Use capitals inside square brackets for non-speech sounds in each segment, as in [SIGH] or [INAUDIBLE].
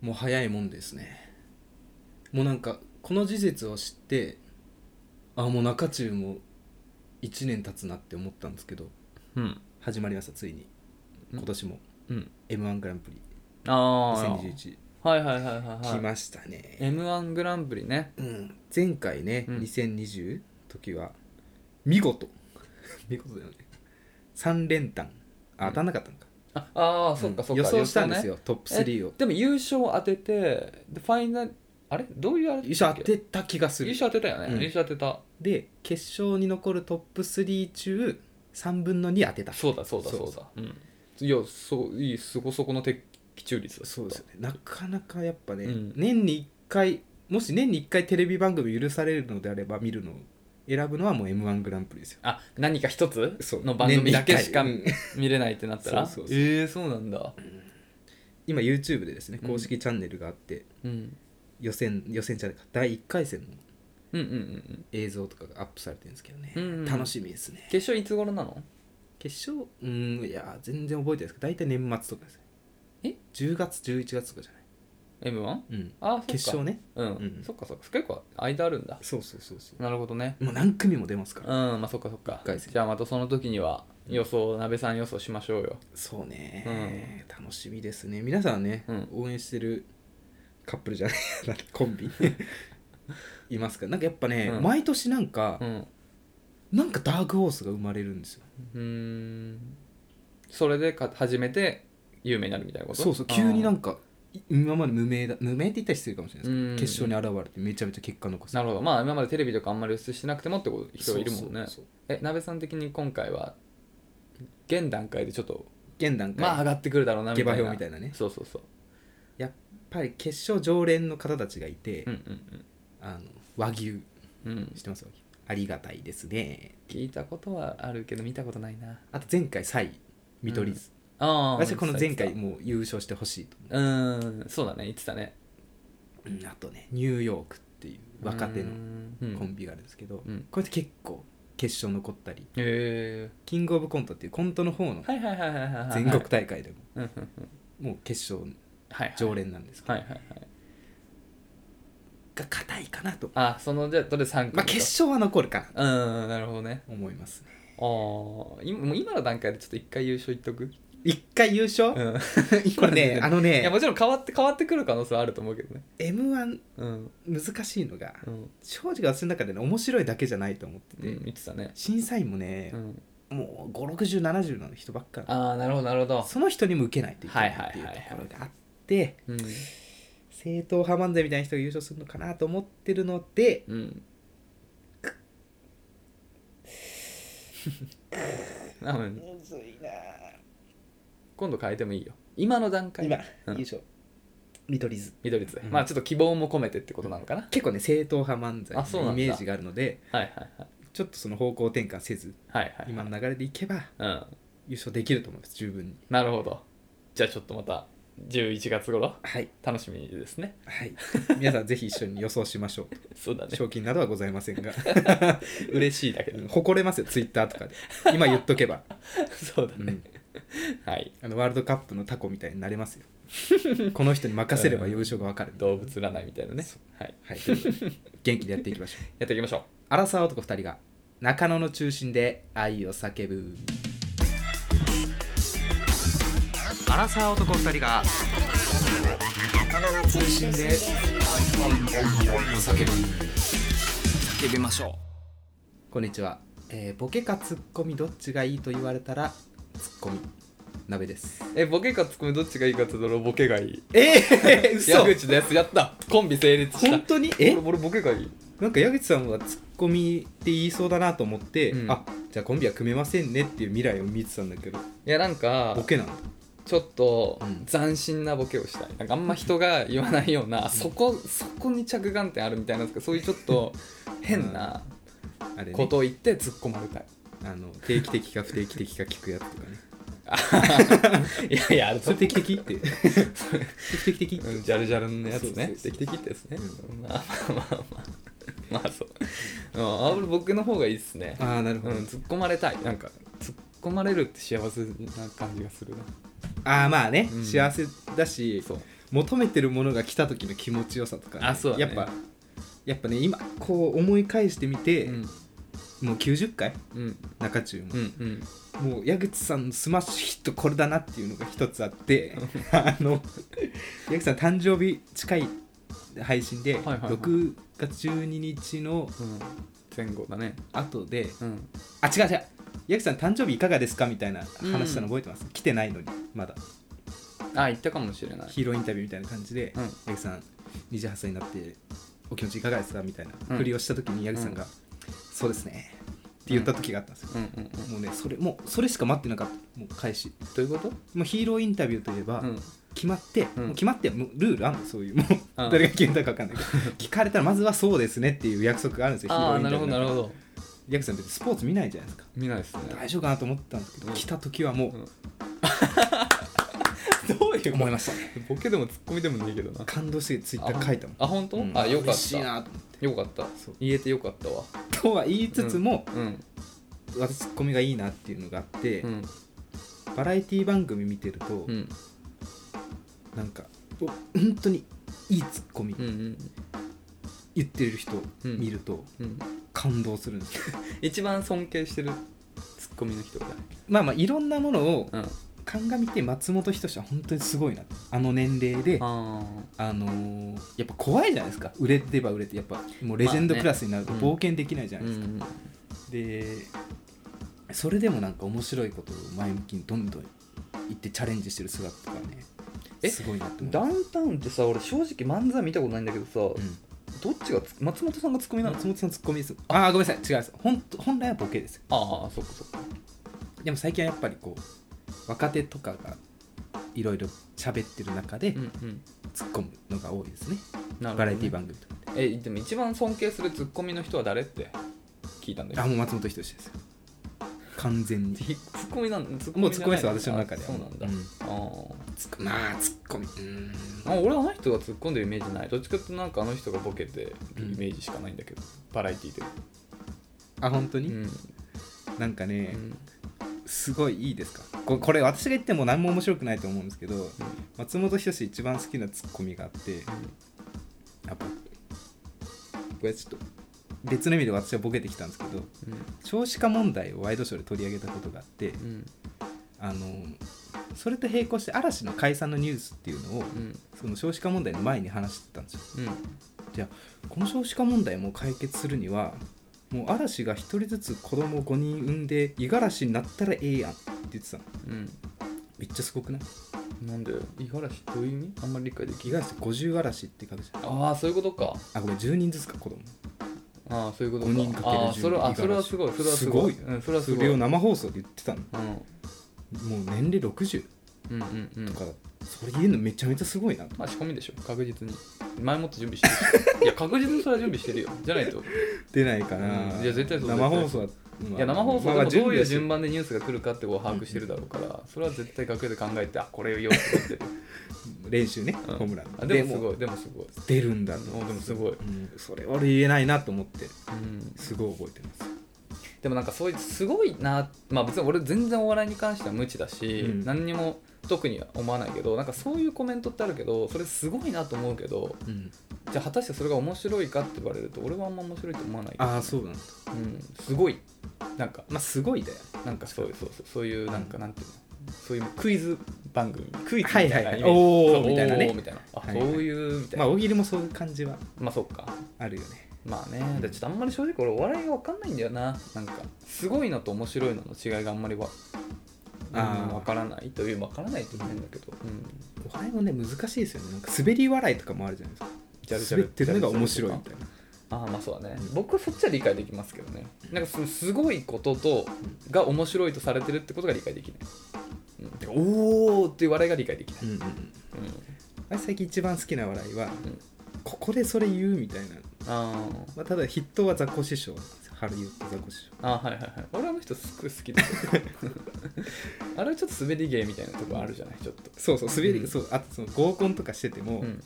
もう早いもんですねもうなんかこの事実を知ってあもう中中も1年経つなって思ったんですけどうん始まりましたついに今年もうん、 m 1グランプリあ2021あはいはいはいはい来はいましたね、 m 1グランプリねうん、前回ね、うん2020時は見 [LAUGHS] 事見事だよね3連単あ当たんなかったのか、ああーそっうかんそっか、予想したんです予よ、トップ想ね3をえでも優勝当ててでファイナルあれどういうあれ優勝当てた気がす優る勝当てたよね、うん優勝当てたで決勝に残るトップ3中3分の2当てたそうだそうだそうだそううん、いやそういいそこそこの的中率だったそうですよねなかなかやっぱね、うん年に1回もし年に1回テレビ番組許されるのであれば見るのを選ぶのはもう m 1グランプリですよあ何か一つそうの番組だけしか年に一回見れないってなった [LAUGHS] らそうそうそうええー、そうなんだ今 YouTube でですねうん公式チャンネルがあって、うん予選予選じゃないか第1回戦のうんうんうん映像とかがアップされてるんですけどね、うん楽しみですね決勝いつ頃なの決勝うんいや全然覚えてないですけど大体年末とかですねえ10月11月とかじゃない M1 うんあそっか決勝ねうん、うんそっかそっか結構間あるんだそうそうそうそなるほどねうもう何組も出ますかうんらまあそっかそっか一回戦じゃあまたその時には予想鍋さん予想しましょうよそうね、楽しみですね皆さんね、うん応援してるカップルじゃない [LAUGHS] コンビ [LAUGHS] いますかなんかやっぱね、うん毎年なんか、うんなんかダークホースが生まれるんですようーんそれでか初めて有名になるみたいなことそうそう急になんかんかい今まで無名だ無名って言ったら失礼かもしれないですけどうん決勝に現れてめちゃめちゃ結果残すなるほどまあ今までテレビとかあんまり映してなくてもってこと人いるもんねそうそうそうえ鍋さん的に今回は現段階でちょっと現段階、まあ上がってくるだろうなみたいな下馬評みたいなねそうそうそうやっぱり決勝常連の方たちがいて、うんうんあの和牛うんうん知ってます和牛ありがたいですね聞いたことはあるけど見たことないなあと前回3位見取り図、ああ私はこの前回もう優勝してほしいと思うーんそうだね言ってたねう、うんあとねニューヨークっていう若手ののコンビがあるんですけど、うんこれって結構決勝残ったりへえキングオブコントっていうコントの方のはいはいはいはいはいはい全国大会でもうんうんうんもう決勝はいはい常連なんですけど、はいはいはいが硬いかなと、あそのじゃあどれ3組まあ、決勝は残るかなと勝うんなるほどね思いますねああ今もう今の段階でちょっと一回優勝いっとく一回優勝、うん [LAUGHS] これ [LAUGHS] ねあのいやねもちろん変わって変わってくる可能性はあると思うけどね m 1うん難しいのがうん庄司が私の中でね面白いだけじゃないと思ってて、うん言ってたね審査員もねう、んもう56070の人ばっかああなるほどなるほどその人にも受けないといけないっていうはいはいとはいはころいがあってうん正統派漫才みたいな人が優勝するのかなと思ってるのでうん [LAUGHS] なのにむずいなぁ今度変えてもいいよ今の段階今、うん優勝見取り図緑図、うんまあちょっと希望も込めてってことなのかな、結構ね正統派漫あそ才うのなイんだメージがあるのではいはいはいちょっとその方向転換せずはいはいはい今の流れでいけばうん優勝できると思います十分になるほどじゃあちょっとまた11月頃はい楽しみですねはい [LAUGHS] 皆さんぜひ一緒に予想しましょうそうだね賞金などはございませんが嬉しいだけうどん誇れますよツイッターとかで今言っとけば、 [LAUGHS] そうだうねん、はいあのワールドカップのタコみたいになれます [LAUGHS] よこの人に任せれば優勝がわかる、動物占いみたいなねはいはい、ということで元気でやっていきましょうやっていきましょアラサー男2人が中野の中心で愛を叫ぶアラサー男2人が中心で愛を叫ぶう叫びましょこんにちは、えーボケかツッコミどっちがいいと言われたらツッコミ鍋ですうえボケかツッコミどっちがいいかって言ったら俺ボケがいい [LAUGHS] ええー、矢口のやつやったコンビ成立した本当にえ俺俺ボケがいいなんか矢口さんはツッコミって言いそうだなと思って、うんあじゃあコンビは組めませんねっていう未来を見てたんだけどいやなんかボケなんだちょっとうん斬新なボケをしたいなんかあんま人が言わないようなそこそこに着眼点あるみたいなんですけどそう [LAUGHS] いうちょっと変なあれねことを言って突っ込まれたいあの定期的か不定期的か聞くやつとか [LAUGHS] ね。いやいやあれそれ定期的 [LAUGHS] って。定期的って。うんジャルジャルのやつそねうそうそうできてきってやつねうまあまあまあまあまあそううんあ俺僕の方がいいっすね [LAUGHS] ああ、なるうほんど。突っ込まれたいなんか突っ込まれるって幸せな感じがするなああ、まあね、うん幸せだし、そう求めてるものが来た時の気持ちよさとか、あそうだねやっぱやっぱね今こう思い返してみて、うんもう90回うん中中もう、んうんもう矢口さんのスマッシュヒットこれだなっていうのが一つあってあの矢口さん誕生日近い配信で、いはいはい6月12日のうん前後だね後でうんあ違う違う矢口さん誕生日いかがですかみたいな話したの覚えてます、来てないのにまだあ言ったかもしれないヒーローインタビューみたいな感じで、うん八木さん28歳になってお気持ちいかがですかみたいなうんふりをした時に八木さんが、そうですねって言った時があったんですよ、うんうんうんもうねそれもうそれしか待ってなかったもう開始どういうこともうヒーローインタビューといえば、うん決まって、うんもう決まってもうルールあるのそういうもう、ん誰が決めたか分 [LAUGHS] かんないけど聞かれたらまずはそうですねっていう約束があるんですよヒーロあーあインタなビュるーほどのな中るでほど八木さんってスポーツ見ないじゃないですか見ないですね大丈夫かなと思ったんです [LAUGHS] けど、うん来た時はもう、どういう思いましたねボケでもツッコミでもねえけどな感動してツイッター書いたもんあ本当、うんあよか嬉っしいたなと思ってよかったそう言えてよかったわとは言いつつも、うん私ツッコミがいいなっていうのがあって、うんバラエティ番組見てると、うんなんかお本当にいいツッコミうんうん言ってる人見るとうん感動するんですよ、一番尊敬してるツッコミの人がまあまあいろんなものをうんあ鑑みて松本人志は本当にすごいなあの年齢でああのーやっぱ怖いじゃないですか売れてば売れてやっぱもうレジェンドクラスになるとまあね冒険できないじゃうないですか、んでそれでもなんか面白いことを前向きにどんどん行ってチャレンジしてる姿とかねえすごいなって思ダうウンタウンってさ俺正直漫才見たことないんだけどさ、うんどっちがつ松本さんがツッコミなの松本さんツッコミですああごめんなさい違います本当本来はボケですよああそっかそっかでも最近はやっぱりこう若手とかがいろいろ喋ってる中でうんうん突っ込むのが多いですね、なるほどねバラエティ番組とかでえでも一番尊敬するツッコミの人は誰って聞いたんだけあどもう松本人志ですよ完全にひツッコミなんツッコミもうツッコミですじゃよない私の中であはそうなんだ、うんああツッコまあツッコミうーんあ俺あの人が突っ込んでるイメージないどっちかっていうとなんかあの人がボケてるイメージしかないんだけど、バラエティであ本当うに、ん、なんかうね、んすごいいいですかここれ私が言っても何も面白くないと思うんですけど、松本人志一番好きなツッコミがあってやっぱこれちょっと別の意味で私はボケてきたんですけど少子化問題をワイドショーで取り上げたことがあってうんうんあのそれと並行して嵐の解散のニュースっていうのをうんその少子化問題の前に話してたんですようんじゃあこの少子化問題も解決するにはもう嵐が1人ずつ子供5人産んで五十嵐になったらええやんって言ってたのうんめっちゃすごくないなんで五十嵐どういう意味あんまり理解でき五十嵐って50嵐って書くじゃんああそういうことかあごめん10人ずつか子供ああそういうことか五人かけるああそれはあ十それはすごいそれはすごいすうん、それはすそごいれをうん生放送で言ってたのもうんう年齢60うんうんとかだそれ言えるのめちゃめちゃすごいなとまあ仕込みでしょ確実に前もって準備してるいや確実にそれは準備してるよじゃないと出ないかな、うんいや絶対そう生放送は、まあいや生放送でもどういう順番番でニュースが来るかってこう把握してるだろうからそれは絶対楽屋で考えてあこれを言おうと思ってる練習ね、うんホームランあでもすごいでもすごい出るんだとうんでもすごいうんそれ俺言えないなと思ってうんすごい覚えてますでもなんかそういうすごいなまあ別に俺全然お笑いに関しては無知だし、うん何にも特には思わないけどなんかそういうコメントってあるけどそれすごいなと思うけどうんじゃあ果たしてそれが面白いかって言われると俺はあんま面白いと思わないけどああそうなんだうん、すごいなんかまあすごいだよなんかそうそうそうそういうなんかなんていうのそういうクイズ番組クイズみたいなはいはいイメージはいおーそうみたいなねおーみたいなあはそいうはいいうみたいまなあ大喜利もそういう感じはまあそっかあるよねまあねでちょっとあんまり正直俺お笑いが分かんないんだよななんかすごいのと面白いのの違いがあんまりわあー分からないという分からないという変だけどうんお笑いもね難しいですよねなんか滑り笑いとかもあるじゃないですかジャルジャル滑ってるのが面白いみジャルジたいなャルああまあそうだね僕はそっちは理解できますけどねなんかそのすごいこととが面白いとされてるってことが理解できない、うん、てかおおっていう笑いが理解できない、うんうんうんうんあれ最近一番好きな笑いは、んここでそれ言うみたいな、あまあ、ただ筆頭はザコシショウなんですよハリウッドザコシショーあーはいはいはい俺あの人すっごい好きだけど [LAUGHS] あれはちょっと滑り芸みたいなとこあるじゃないちょっとウそうそう滑り、うんそうあとその合コンとかしてても、うん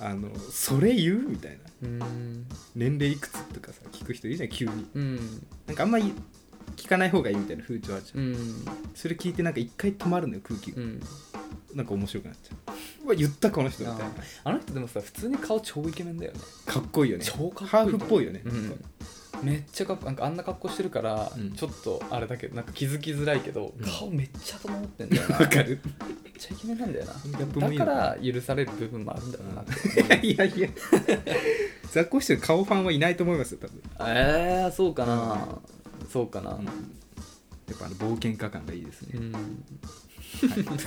あのそれ言うみたいなうん年齢いくつとかさ聞く人いるじゃん急にうんなんかあんまり聞かない方がいいみたいな風潮あるじゃん、うんそれ聞いてなんか一回止まるのよ空気がう、んなんか面白くなっちゃううわ言ったこの人みたいなあの人でもさ普通に顔超イケメンだよねかっこいいよね超かっこいいハーフっぽいよね、うんめっちゃかっこなんかあんな格好してるから、うんちょっとあれだけどなんか気づきづらいけど、うん顔めっちゃ整ってんだよな [LAUGHS] わかるめっちゃイケメンなんだよなギャップもいいよだから許される部分もあるんだろうな、 [LAUGHS] いやいや雑魚してる顔ファンはいないと思いますよ多分えー、そうかな、そうかな、うんやっぱあの冒険家感がいいですね、うんはい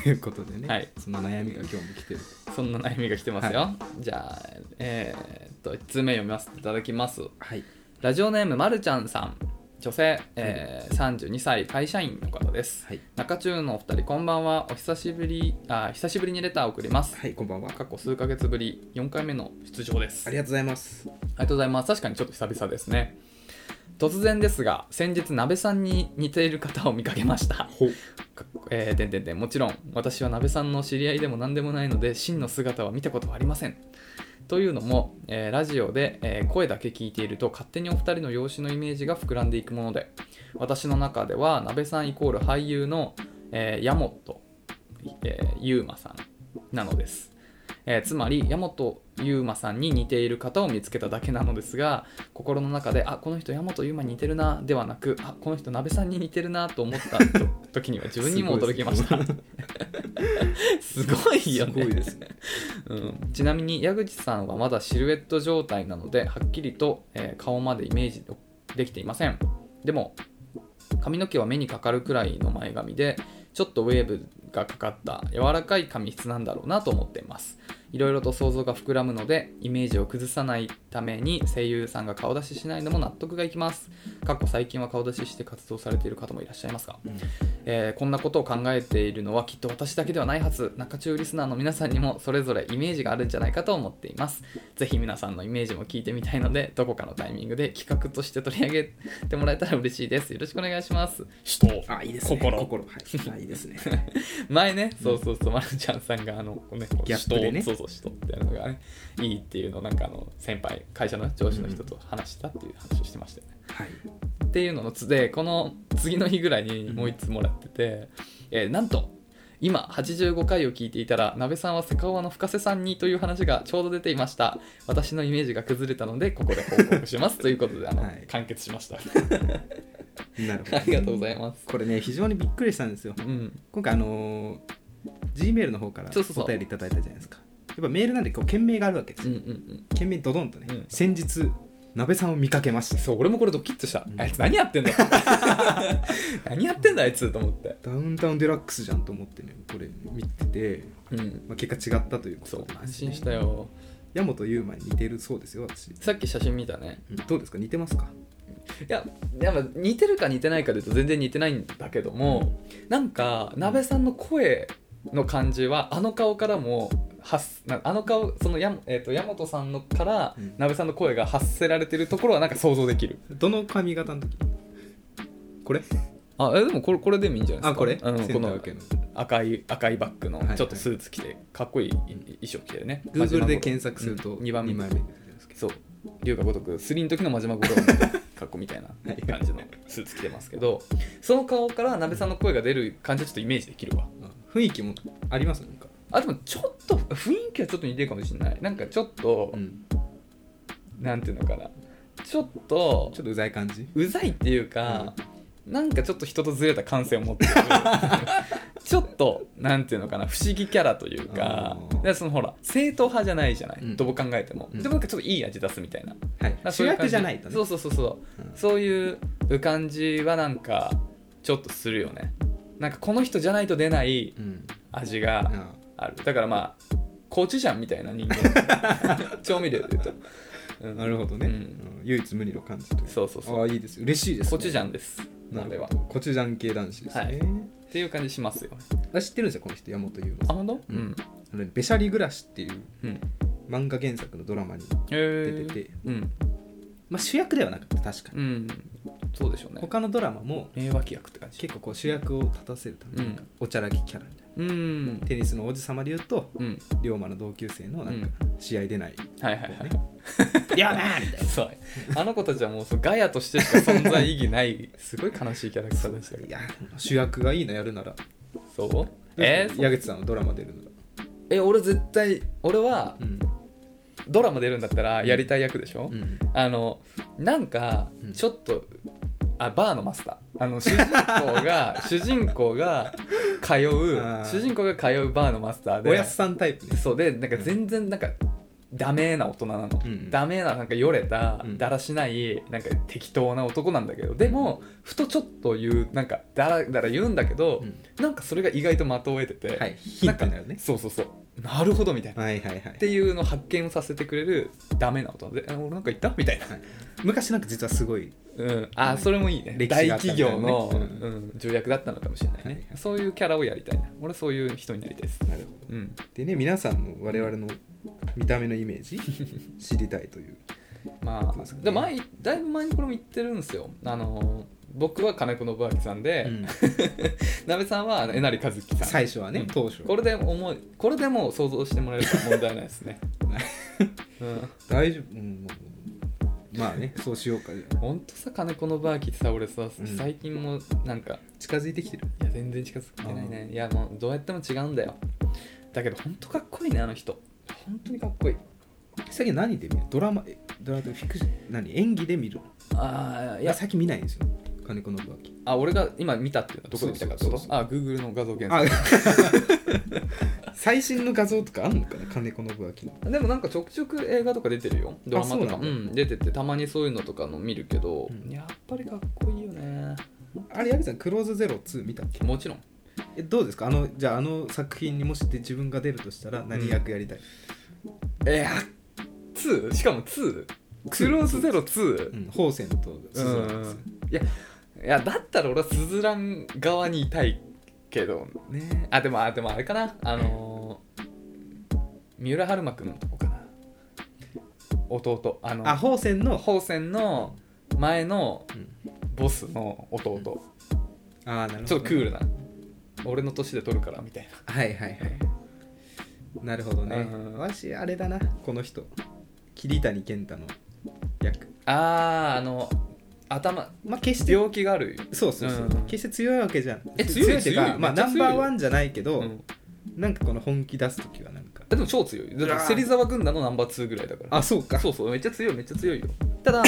ということでね、はいその悩みが今日も来てるそんな悩みが来てますよ、じゃあえー、っと1通目読みますいただきますはいラジオネームまるちゃんさん女性、えー32歳会社員の方ですはい、中中のお二人こんばんはお久しぶりあ久しぶりにレターを送りますはい、こんばんはあ過去数ヶ月ぶり4回目の出場ですりがとうございますありがとうございます。確かにちょっと久々ですね。突然ですが、先日、鍋さんに似ている方を見かけました。ほうかえー、でんでんでんもちろん、私は鍋さんの知り合いでも何でもないので、真の姿は見たことはありません。というのも、えーラジオで、えー声だけ聞いていると勝手にお二人の容姿のイメージが膨らんでいくもので私の中では鍋さんイコール俳優の、えー、ヤモト、えー、ユーマさんなのです、えーつまりヤモトユーマさんに似ている方を見つけただけなのですが心の中であこの人ヤモトユーマに似てるなではなくあこの人鍋さんに似てるなと思ったと時には自分にも驚きました [LAUGHS] すごいよねすごいですねうん、ちなみに矢口さんはまだシルエット状態なのではっきりと、えー顔までイメージできていませんでも髪の毛は目にかかるくらいの前髪でちょっとウェーブがかかった柔らかい髪質なんだろうなと思っていますいろいろと想像が膨らむのでイメージを崩さないために声優さんが顔出ししないのも納得がいきます過去最近は顔出しして活動されている方もいらっしゃいますがえーこんなことを考えているのはきっと私だけではないはず中中リスナーの皆さんにもそれぞれイメージがあるんじゃないかと思っていますぜひ皆さんのイメージも聞いてみたいのでどこかのタイミングで企画として取り上げてもらえたら嬉しいですよろしくお願いします人あいいですね心心はいあいいですね前ねそうそうそうまるちゃんさんがあのねギャップでねそうそう人っていうのがねいいっていうのをなんかあの先輩会社の上司の人と話したっていう話をしてましたよねはい [LAUGHS] っていうののつでこの次の日ぐらいにもう1つもらってて、えーなんと今85回を聞いていたら鍋さんはセカオワの深瀬さんにという話がちょうど出ていました私のイメージが崩れたのでここで報告しますということであ [LAUGHS] の、はい完結しました [LAUGHS] なるほどありがとうございますこれね非常にびっくりしたんですようん今回あのー、G メールの方からそうそうそうお便りいただいたじゃないですかやっぱメールなんでこう件名があるわけですうんうよ、んうん件名ドドンとね、うん先日鍋さんを見かけましたそう俺もこれドキッとした、うんあいつ何やってんだ [LAUGHS] 何やってんだあいつと思ってダウンタウンデラックスじゃんと思ってねこれ見てて、うんまあ、結果違ったということそうなんで安すね心したよ矢本悠馬に似てるそうですよ私、さっき写真見たねうんどうですか似てますかいややっぱ似てるか似てないかで言うと全然似てないんだけどもなんか鍋さんの声の感じはあの顔からも発なあの顔そのや、えー、と山本さんのからうん鍋さんの声が発せられてるところはなんか想像できるどの髪型の時これあえでもこれこれでもいいんじゃないですかあこれ、うん、セこンターの分けの赤い赤いバッグのはいはいちょっとスーツ着てかっこいい衣装着てるね Google で検索すると2番目二枚目ですけどそう龍が如く3の時の真島五郎の格好みたいな感じのスーツ着てますけどその顔から鍋さんの声が出る感じはちょっとイメージできるわうん雰囲気もありますなんか、あでもちょっと雰囲気はちょっと似てるかもしれないなんかちょっと、うんなんていうのかなちょっとちょっとうざい感じうざいっていうか、なんかちょっと人とずれた感性を持ってる [LAUGHS] ちょっとなんていうのかな不思議キャラというかあーでそのほら正統派じゃないじゃない、うんどう考えても、うんでもなんかちょっといい味出すみたいなはいなんかそ主うう感役じゃないとねそうそうそうそう、うんそういう感じはなんかちょっとするよねなんかこの人じゃないと出ないうん味がああるだからまあコチュジャンみたいな人間 [LAUGHS] 調味料で言うと、うんなるほどね、ううんん唯一無二の感じというそうそうそうああいいです嬉しいです、コチュジャンャンですな鍋るはほどコチュジャン系男子ですね、はいっていう感じしますよあ知ってるんですよこの人山本優あ馬本当うんあのね「べしゃり暮らし」っていううん漫画原作のドラマにへ出てて、えうんまあ、主役ではなかった確かに、うんそうでしょうね他のドラマも名脇役って感じ結構こう主役を立たせるためになんかうんおちゃらけキャラみたいな、うんテニスの王子様で言うとうん龍馬の同級生のなんか試合出ない、はいはいはいいやなーみたい [LAUGHS] そうあの子たちはもうそうガヤとしてしか存在意義ないすごい悲しいキャラクターでしたけなどいや主役がいいのやるならそうえー、矢口さんのドラマ出るならえ俺絶対俺はうんドラマ出るんだったらやりたい役でしょ、うんあのなんかうんちょっと、あバーのマスターあの主人公が [LAUGHS] 主人公が通うあー主人公が通うバーのマスターでおやすさんタイプねそうでなんか全然なんかダメな大人なの、うんダメななんかよれたうんだらしないなんか適当な男なんだけどでもふとちょっと言うなんかだらだら言うんだけど、うんなんかそれが意外と的を得てて、はいヒントになるねそうそうそうなるほどみたいな、はいはいはっいていうのを発見をさせてくれるダメな大人であ俺なんか言ったみたいな、はい昔なんか実はすごいうん、あそれもいいね歴史大があったん企だよ業ねの、ううん重役だったのかもしれないね、はいはいそういうキャラをやりたいな俺そういう人になりたいです、なるほどうん、でね皆さんも我々の見た目のイメー [LAUGHS] ジ知りたいというまそうですあねで前だいぶ前にこれも言ってるんですよあの僕は金子信明さんで、うんなべさんはあのえなりかずきさん最初はうねん当初これで思いこれでもう想像してもらえると問題ないですね、うん、大丈夫うんまあねそうしようかじゃあほんとさ金子信明ってさ俺さ、うん最近もなんか近づいてきてるいや全然近づけてないねいやもうどうやっても違うんだよだけどほんとかっこいいねあの人本当にかっこいい最近何で見るドラマえドラマというかフィクシ何演技で見るああいいやや最近見ないんですよ金子信明あ俺が今見たっていうのはどこで見たかってことそうそうそうそうあ Google の画像検索あ [LAUGHS] 最新の画像とかあんのかな金子信明のでもなんかちょくちょく映画とか出てるよドラマとかあそううなんだん、出ててたまにそういうのとかの見るけど、うんやっぱりかっこいいよねあれ矢部さんクローズゼロ2見たっけもちろんえどうですかあのじゃああの作品にもしで自分が出るとしたら何役やりたい、えや2しかも 2? クローズゼロ2うん、宝泉と鈴蘭ですよいやいやだったら俺はスズラン側にいたいけどねあでもあでもあれかなあのー三浦春馬くんのとこかな弟あのあ宝泉の宝泉の前のうんボスの弟、ああなるほどちょっとクールな俺の年で撮るからみたいはいはいはいなるほどね、うんわしあれだなこの人桐谷健太の役なあああの頭まあ決して病気があるそうそうそう、うん決して強いわけじゃんえ強いっていうか強いまあめっちナゃン強いよバーワンじゃないけど、うんなんかこの本気出す時はなんかでも超強いだって芹沢軍団のナンバー2ぐらいだからあそうかそうそうめっちゃ強いめっちゃ強いよただ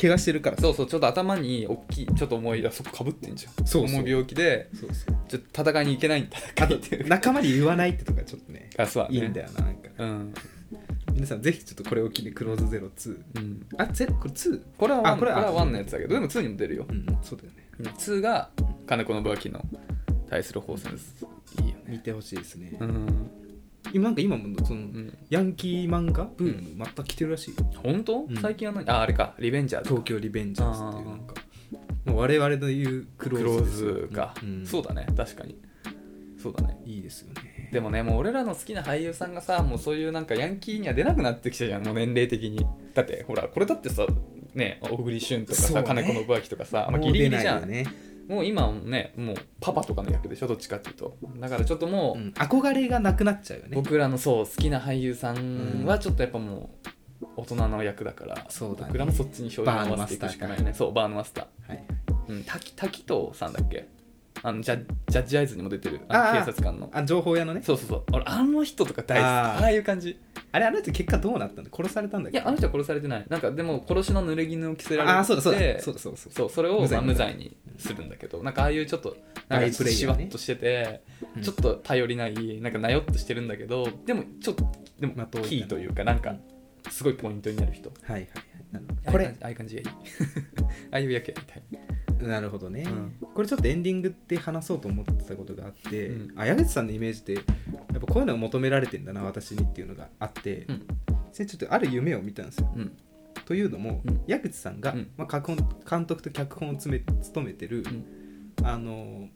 怪我してるからそうそうちょっと頭に大きいちょっと重いあそこかぶってんじゃんそうそう重い病気でそうそうちょっと戦いに行けないんだあ戦いとっていうか仲間に言わないってとかちょっとね [LAUGHS] あそうだねいいんだよななんかうん、皆さんぜひちょっとこれを機にクローズゼロ2うん、あゼこれ 2? これはワあンここれれははワンのやつだけどでも2にも出るようんそうだよねうん2が金子信明の対する方戦ですいいよ見ねてほしいですね、うん、今なんか今もその、うん、ヤンキー漫画ブームまた来てるらしいよ、本当、ん最近は何ああれかリベンジャーズ東京リベンジャーズっていうなんかもう我々の言うクロクローズですよーズか、うんそうだね確かにそうだねいいですよねでもねもう俺らの好きな俳優さんがさもうそういうなんかヤンキーには出なくなってきたじゃんもう年齢的にだってほらこれだってさね小栗旬とかそうさ、ね金子信明とかさ、もまあ、ギうリ出ギリないじゃよんね、もう今はねもうパパとかの役でしょどっちかっていうとだからちょっともうう、ん、憧れがなくなっちゃうよね僕らのそう好きな俳優さんはちょっとやっぱもう大人の役だから、そうだね僕らもそっちに表情を合わせていくしかないねそうバーのマスターはい、うん、滝滝藤さんだっけあのジャジャッジアイズにも出てるああーの警察官のあ情報屋のねそうそうそう俺あの人とか大好きああーあいう感じあれあの人結果どうなったんだ殺されたんだっいけやあの人は殺されてないなんかでも殺しの濡れ衣を着せられてああそうだそうだそうだそうだそうだそうそれ無をま罪あ無罪にするんだけどなんかああいうちょっとなん大かプレイしヤわーねっとしてて、うんちょっと頼りないなんかなよっとしてるんだけどでもちょっとでもまとうみたキいなーというかなんかすごいポイントになる人はいはいはいなるほどここれれああいう感じがいいああいう役やりたいなるほどね、うんこれちょっとエンディングで話そうと思ってたことがあって、うんあ矢口さんのイメージってやっぱこういうのが求められてんだな私にっていうのがあって、うんそれちょっとある夢を見たんですようんというのも、うん矢口さんが、うんまあ、脚本監督と脚本を務め務めてる、あの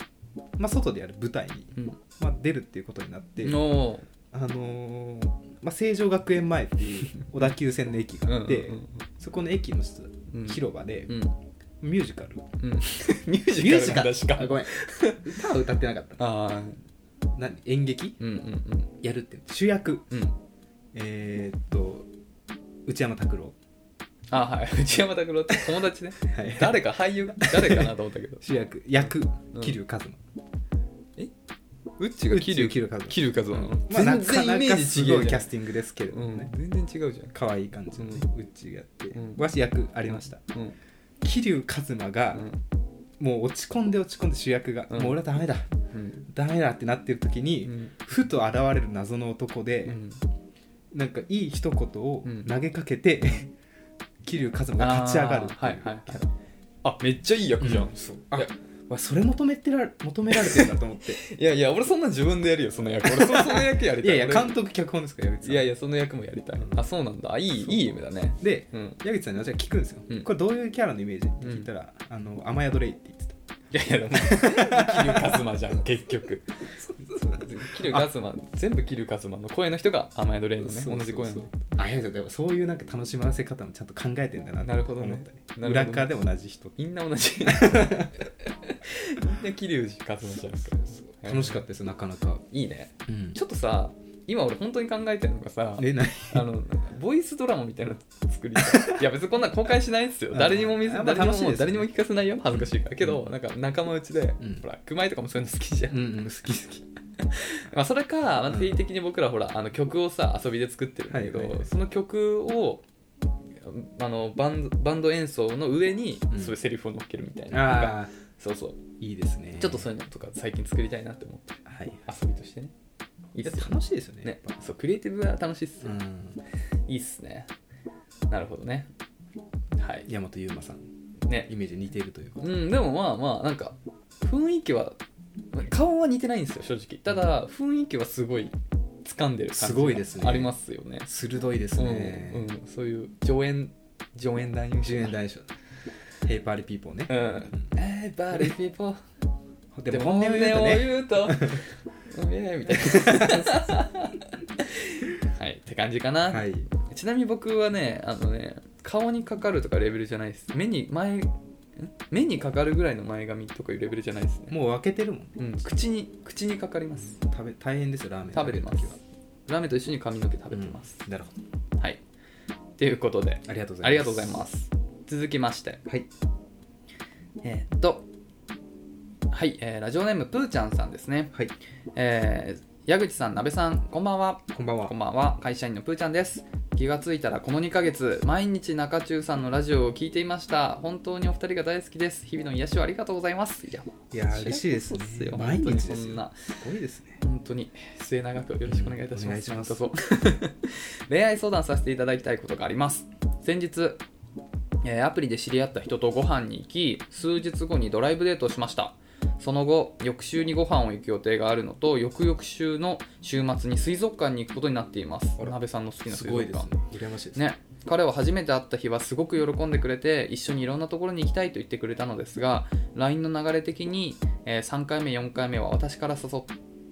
まあ、外でやる舞台に、うんまあ、出るっていうことになって、のあのまあ、成城学園前っていう [LAUGHS] 小田急線の駅があって、そこの駅の下うん広場で、うん [LAUGHS] ミュージカルうんミュージミュージカカルルだしかあごめん [LAUGHS] 歌は歌ってなかったああな演劇うんうんやるって主役うんうんえーっと内山拓郎、あはい内山拓郎って友達ね [LAUGHS] はい [LAUGHS] 誰か俳優誰かなと思ったけど主役役うん桐生一馬えウッチが桐生桐生和桐生和夫なの、まあ、な全然イメなかなージかすご違ういじキゃャんスティングですけれどうもんね、、全然違うじゃん可愛い感じのね、うっちーがやって、うんわし役ありましたうん桐生一馬が、もう落ち込んで落ち込んで主役が、うんもう俺はダメだうんダメだってなってる時に、うんふと現れる謎の男うで、んなんかいい一言をうん投げかけて、 [LAUGHS] 桐生一馬が立ち上がるっていうあーはいはいはいキャラあめっちゃいい役じゃん、うんそうあいやわそれ求めてら [LAUGHS] 求められてるんだと思って [LAUGHS] いやいや俺そんな自分でやるよその役俺そその役やいりたやいいや俺監督脚本ですから矢口さんいやいやその役もやりたい、うんあそうなんだいいいい夢だねでうん矢口さんに私は聞くんですよ、うんこれどういうキャラのイメージって聞いたら、あの雨宿れいって言ってたいやいやでも桐生一馬じゃん結局桐生一馬全部桐生一馬の声の人が甘えどれのねそうそうそう同じ声のあ矢口さんでもそういうなんか楽しませ方もちゃんと考えてんだななるとほどね思ったねなるほどね裏側で同じ人みん [LAUGHS] な同じみんな桐生一馬じゃん楽しかったですよなかなか、いいねうんちょっとさ今俺本当に考えてるのがさえないあのボイスドラマみたいなの [LAUGHS] 作りたいいや別にこんなん公開しないんですようん誰にも見せあんま誰にも楽しいですね誰にも聞かせないよ恥ずかしいからけどうなんか仲間内で、うんほら熊井とかもそういうの好きじゃん、うんうん好き好きまあ、それか、まあ、定期的に僕らほらあの曲をさ遊びで作ってるんだけど、はいはいはいその曲をあのバンドバンド演奏の上に、うんそういうセリフを乗っけるみたいななんかああそうそういいですねちょっとそういうのとか最近作りたいなって思ってるはい遊びとしてねいいっすよ楽しいですよねねそうクリエイティブは楽しいっすうよ、んいいっすねなるほどねはい大和優馬さんねイメージ似ているというかうんでもまあまあなんか雰囲気は顔は似てないんですよ正直ただ雰囲気はすごい掴んでる感じがすごいですねありますよね鋭いですね、うんうん、そういう上演上演男優10円大賞ヘイパーリーピーポーねう、んえー、バーリーピーポーでも本音を言うと本音をね言うとうんイエーイみたいなはいって感じかな、はいちなみに僕はねあのね顔にかかるとかレベルじゃないです目に前ん目にかかるぐらいの前髪とかいうレベルじゃないですねもう開けてるもんうん、口に口にかかります食べ大変ですよラーメン食べてまるす時はラーメンと一緒に髪の毛食べてます、うんなるほはいっていうことでどありがとうございますありがとうございます続きましてはいえーっとはい、えーラジオネームぷーちゃんさんですねはいえー矢口さん、鍋さん、こんばんは。こんばんはこんばんは。会社員のぷーちゃんです。気がついたらこの2ヶ月、毎日中中さんのラジオを聞いていました。本当にお二人が大好きです。日々の癒しをありがとうございます。いや、いやー嬉しいですねそうっよ毎日ですよ本当にそんなすごいですね本当に末永くよろしくお願いいたします。お願いしますどうぞ [LAUGHS] 恋愛相談させていただきたいことがあります。先日、えーアプリで知り合った人とご飯に行き、数日後にドライブデートをしました。その後、翌週にご飯を行く予定があるのと、翌々週の週末に水族館に行くことになっています。あら鍋さんの好きなす水ご族いです館ね。羨ましいですね、彼は初めて会った日はすごく喜んでくれて一緒にいろんなところに行きたいと言ってくれたのですが LINE の流れ的に、えー3回目4回目は私から誘っ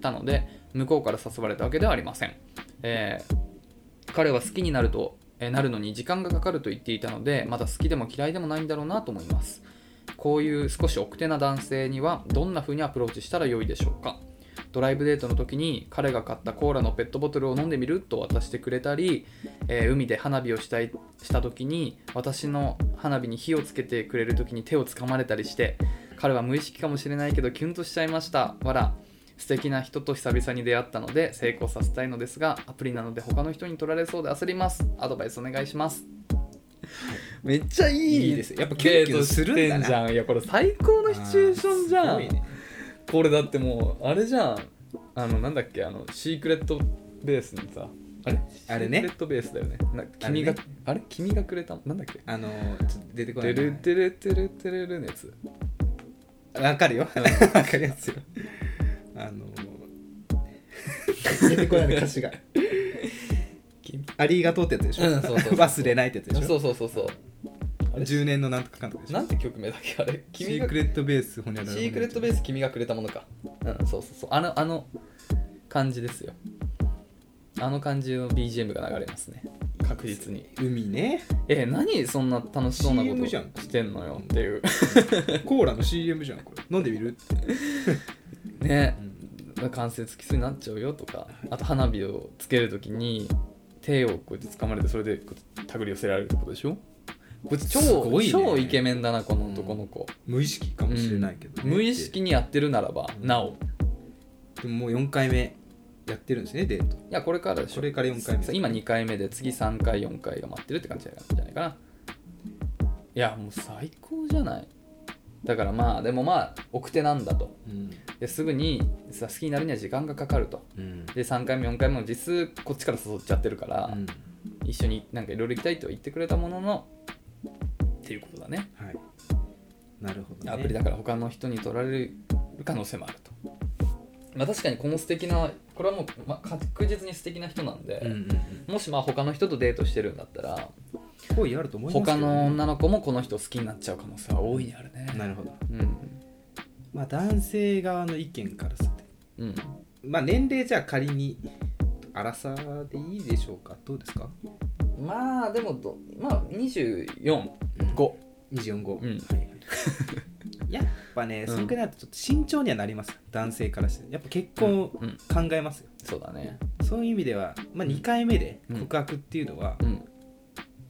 たので向こうから誘われたわけではありません、えー彼は好きになると、えーなるのに時間がかかると言っていたのでまだ好きでも嫌いでもないんだろうなと思いますこういう少し奥手な男性にはどんな風にアプローチしたら良いでしょうかドライブデートの時に彼が買ったコーラのペットボトルを飲んでみると渡してくれたり、えー海で花火をしたいした時に私の花火に火をつけてくれる時に手をつかまれたりして彼は無意識かもしれないけどキュンとしちゃいましたわら素敵な人と久々に出会ったので成功させたいのですがアプリなので他の人に取られそうで焦りますアドバイスお願いしますめっちゃいいいいですやっぱキュンキュンするんだなデートしてじゃんいやこれ最高のシチュエーションじゃあーすん、ごいねこれだってもうあれじゃんあのなんだっけあのシークレットベースのさあれあれねシークレットベースだよねな君がああれ,、れ君がくれたなんだっけあのーちょっと出てこなていなるてるてるてるるのやつわかるよわかりますよあのー出てこないの歌 [LAUGHS] 詞が君ありがとうってやつでしょうんそうそうそう忘れないってやつでしそょうそうそうそうあれ10年のなんとか監督でしょなんて曲名だっけあれシ君ーがクレットベースほにゃららシークレットベース君がくれたものかうんそうそうそうあのあの感じですよあの感じの BGM が流れますね確実に海 [LAUGHS] ねえ何そんな楽しそうなこと CM じゃんしてんのよっていうコーラの CM じゃんこれ飲んでみるってねうん関節キスになっちゃうよとかあと花火をつけるときに手をこうやって掴まれてそれでこう手繰り寄せられるってことでしょこいつ超すごいね超イケメンだなこの男の子、無意識かもしれないけどね無意識にやってるならばうんなおでももう4回目やってるんですねデートいやこれからでしょこれから4回目そう今2回目で次3回4回が待ってるって感じなんじゃないかないやもう最高じゃないだからまあでもまあ奥手なんだとうんですぐにさ好きになるには時間がかかるとうんで3回目4回目も実数こっちから誘っちゃってるから、うん一緒になんかいろいろ行きたいとは言ってくれたもののっていうことだねはいなるほど、ね、アプリだから他の人に取られる可能性もあると、まあ、確かにこの素敵なこれはもう、まあ、確実に素敵な人なんで、うんうんうんもしまあ他の人とデートしてるんだったら好意あると思いますけ他どねの女の子もこの人好きになっちゃう可能性は大いにあるねなるほどうんまあ男性側の意見からするとうんまあ年齢じゃあ仮に荒さでいいでしょうかどうですかまあでもどまあ245、五24号、うはんい、やっぱね、うんそんくらいだとちょっと慎重にはなります男性からしてやっぱ結婚を考うん、えますよ、そうだねそういう意味では、まあ、2回目でうん告白っていうのはうん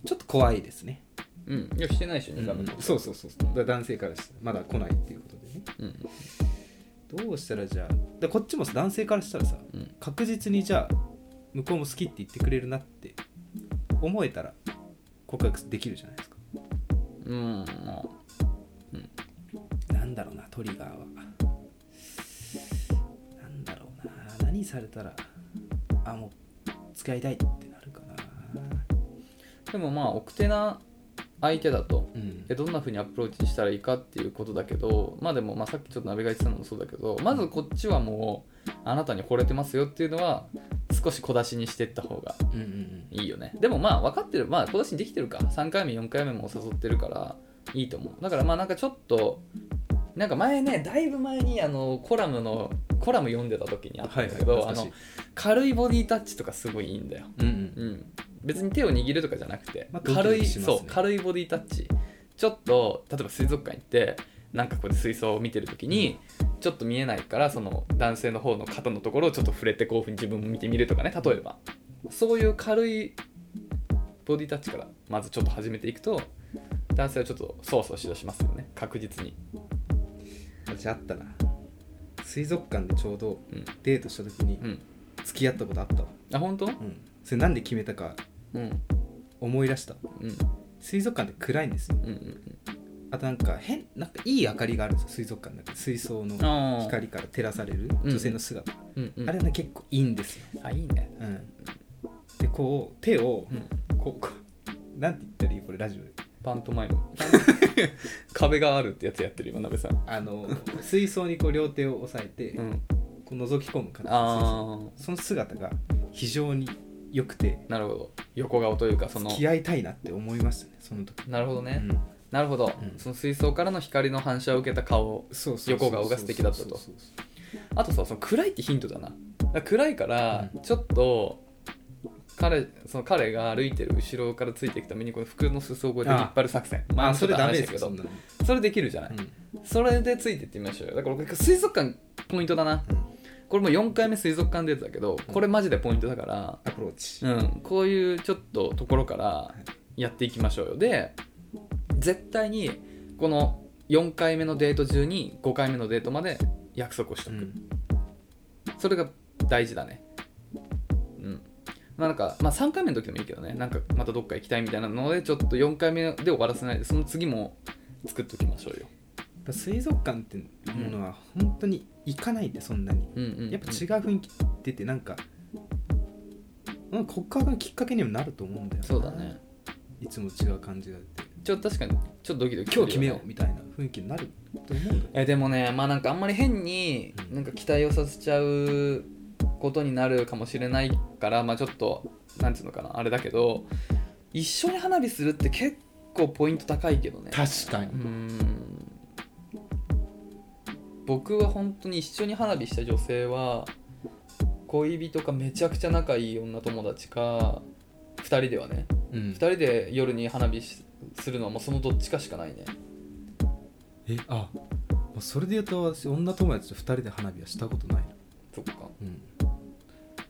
ちょっと怖いですね、うんいやしてないでしょ2回目とそうそうそうそうだから男性からしてまだ来ないっていうことでねうんどうしたらじゃあでこっちもさ男性からしたらさうん確実にじゃあ向こうも好きって言ってくれるなって思えたら告白できるじゃないですかうんまあなんだろうなトリガーはなんだろうな何されたらあもう使いたいってなるかなでもまあ奥手な相手だとうんえどんな風にアプローチしたらいいかっていうことだけどまあでもまあさっきちょっと鍋が言ってたのもそうだけどまずこっちはもうあなたに惚れてますよっていうのは少し小出しにしてった方がうんうんいいよねでもまあ分かってるまあ小出しにできてるか3回目4回目も誘ってるからいいと思うだからまあなんかちょっとなんか前ねだいぶ前にあのコラムのコラム読んでた時にあったんだけど、あの軽いボディタッチとかすごいいいんだようんうんうん、別に手を握るとかじゃなくて、まあド軽キいドキしますそねう軽いボディタッチちょっと例えば水族館行ってなんかこうやって水槽を見てる時に、ちょっと見えないからその男性の方の肩のところをちょっと触れてこういうふうに自分も見てみるとかね例えばそういう軽いボディタッチからまずちょっと始めていくと男性はちょっとそわそわしだしますよね確実に、私あったな水族館でちょうどうんデートした時にうん、付き合ったことあったわ、あ本当うん、それなんで決めたかうん思い出したうん水族館って暗いんですようんうんあとなんか変なんかいい明かりがあるんですよ水族館なんか水槽のあー光から照らされるうん女性の姿、うんうんあれね結構いいんですよ、あいいねうん、でこう手をうんこうこうなんて言ったらいいこれラジオでパントマイム [LAUGHS] 壁があるってやつやってる今鍋さんあ [LAUGHS] の水槽にこう両手を押さえて、うんこう覗き込む感じあその姿が非常に良くてあなるほど横顔というかその付き合いたいなって思いましたねその時、なるほどうね、んなるほど、うんその水槽からの光の反射を受けた顔そうそうそう横顔が素敵だったとそうそうそうあとさその暗いってヒントだなだから暗いからうちょっと彼その彼が歩いてる後ろからついていくためにこの服の裾をこうやって引っ張る作戦まあそれダメちょですっとよ話そんしたけなの、どそれできるじゃない、うんそれでついてってみましょうよだからこれ水族館ポイントだなうんこれもう4回目水族館デートだけどこれマジでポイントだから、アプローチ、うん、こういうちょっとところからやっていきましょうよで絶対にこの4回目のデート中に5回目のデートまで約束をしとうく、んそれが大事だねうんまあなんか、まあ、3回目の時でもいいけどねなんかまたどっか行きたいみたいなのでちょっと4回目で終わらせないでその次も作っておきましょうよやっぱ水族館っていうのは本当に行かないでそんなにうんうん、うん、やっぱ違う雰囲気出てなんかなんか告白のきっかけにもなると思うんだよなそうだねいつも違う感じが出てちょっと確かにちょっとドキドキす今るよ日ね決めようみたいな雰囲気になると思うんだよえでもねまあなんかあんまり変にうんなんか期待をさせちゃうことになるかもしれないからまあちょっとなんていうのかなあれだけど一緒に花火するって結構ポイント高いけどね確かうーん僕は本当に一緒に花火した女性は恋人かめちゃくちゃ仲いい女友達か2人ではねうん2人で夜に花火しするのはもうそのどっちかしかないねえあまあそれで言うと私女友達と2人で花火はしたことないなそっかうん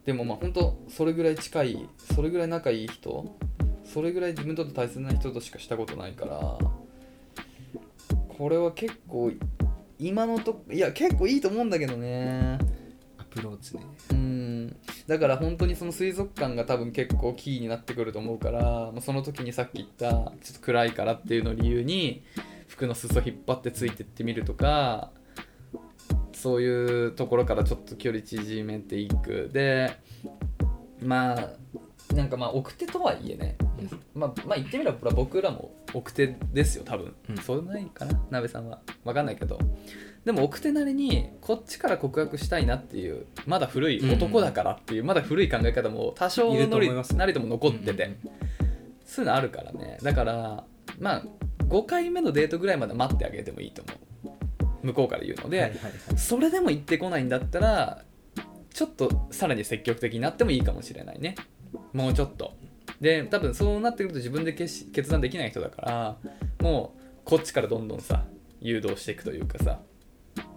でもまあ本当それぐらい近いそれぐらい仲いい人それぐらい自分にとって大切な人としかしたことないからこれは結構今のとこいや結構いいと思うんだけどねアプローチねうんだから本当にその水族館が多分結構キーになってくると思うから、まあ、その時にさっき言ったちょっと暗いからっていうのを理由に服の裾引っ張ってついてってみるとかそういうところからちょっと距離縮めていくでまあなんかまあ奥手とはいえね、まあ、まあ言ってみれば僕らも奥手ですよ多分、うんそうでもないかな鍋さんは分かんないけどでも奥手なりにこっちから告白したいなっていうまだ古い男だからっていう、まだ古い考え方も多少いるとの思りいますなりとも残ってて、うんうんそういうのあるからねだからまあ5回目のデートぐらいまで待ってあげてもいいと思う向こうから言うので、はいはいはいそれでも行ってこないんだったらちょっとさらに積極的になってもいいかもしれないねもうちょっとで多分そうなってくると自分で決し決断できない人だからもうこっちからどんどんさ誘導していくというかさ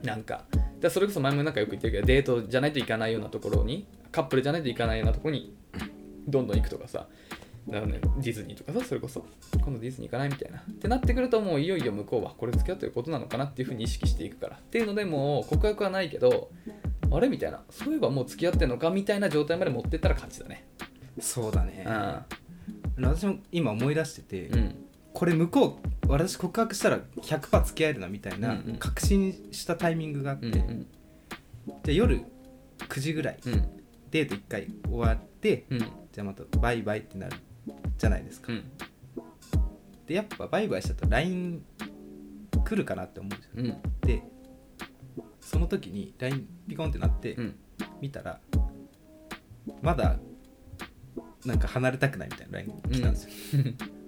なんかだからそれこそ前もなんかよく言ってるけどデートじゃないといかないようなところにカップルじゃないといかないようなところにどんどん行くとかさだからね、ディズニーとかさそれこそ今度ディズニー行かないみたいなってなってくるともういよいよ向こうはこれ付き合うということなのかなっていうふうに意識していくからっていうのでもう告白はないけどあれみたいなそういえばもう付き合ってんのかみたいな状態まで持ってったら勝ちだねそうだねう、ん私も今思い出してて、うんこれ向こう私告白したら100%付き合えるなみたいなうんうん確信したタイミングがあって、うんうじゃんあ夜9時ぐらいうんデート1回終わってうんじゃあまたバイバイってなるじゃないですか、うんでやっぱバイバイしたと LINE 来るかなって思うんですようんでその時に LINE ピコンってなってうん見たらまだなんか離れたくないみたいな LINE 来たんですよ、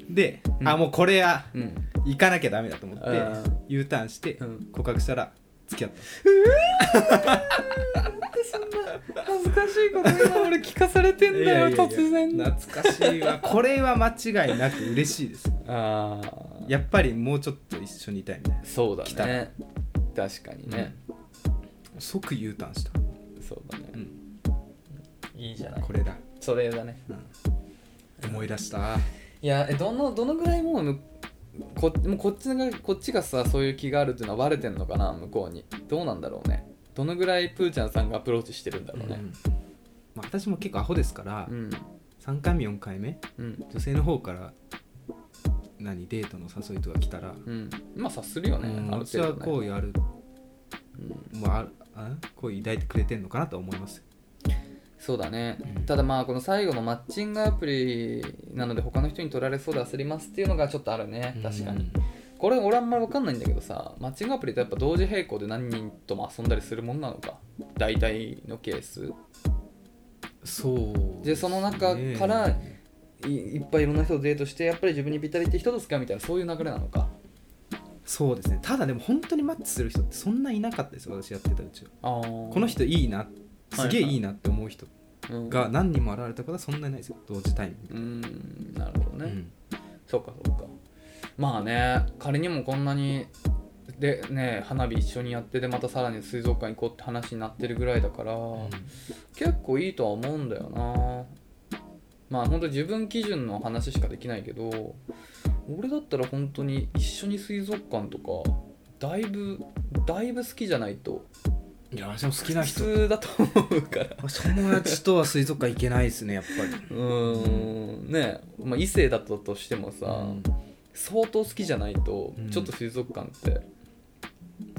で、うんあもうこれやうんうん行かなきゃダメだと思ってあー U ターンしてうん告白したら付き合った恥ずかしいこと今俺聞かされてんだよいやいやいや突然懐かしいわこれは間違いなく嬉しいですああやっぱりもうちょっと一緒にいたいみたいなそうだ来たね確かにね、即 U ターンした、そうだうねん、いいじゃないこれだ、それだねうん、思い出したいやえどのどのぐらいもうむこもうこっちがこっちがさそういう気があるっていうのはバレてんのかな向こうにどうなんだろうねどのぐらいプーちゃんさんがアプローチしてるんだろうねうんまあ、私も結構アホですから、うん3回目4回目うん女性の方から何デートの誘いとか来たら、うんまあ察するよね、うんある私程は度、ね好意ある、うん、まあある、あ好意抱いてくれてんのかなと思いますそうだね、うんただまあこの最後のマッチングアプリなので他の人に取られそうで焦りますっていうのがちょっとあるね確かに、これ俺あんまり分かんないんだけどさマッチングアプリってやっぱ同時並行で何人とも遊んだりするもんなのか大体のケースそうでその中からねいいっぱいいろんな人とデートしてやっぱり自分にぴったりって人と付き合うみたいなそういう流れなのかそうですねただでも本当にマッチする人ってそんないなかったです私やってたうちはあここの、人いいなすげえいいなって思う人うん、が何人も現れたことはそんなにないですよ同時タイミングうーんなるほどで、ね、うんそうかそうかまあね仮にもこんなにでね花火一緒にやってでまたさらに水族館行こうって話になってるぐらいだから、結構いいとは思うんだよなまあ本当自分基準の話しかできないけど俺だったら本当に一緒に水族館とかだいぶだいぶ好きじゃないといや私も好きな普人通だと思うから友達とは水族館行けないですねやっぱりうーんねえ、まあ、異性だったとしてもさ、相当好きじゃないとうんちょっと水族館って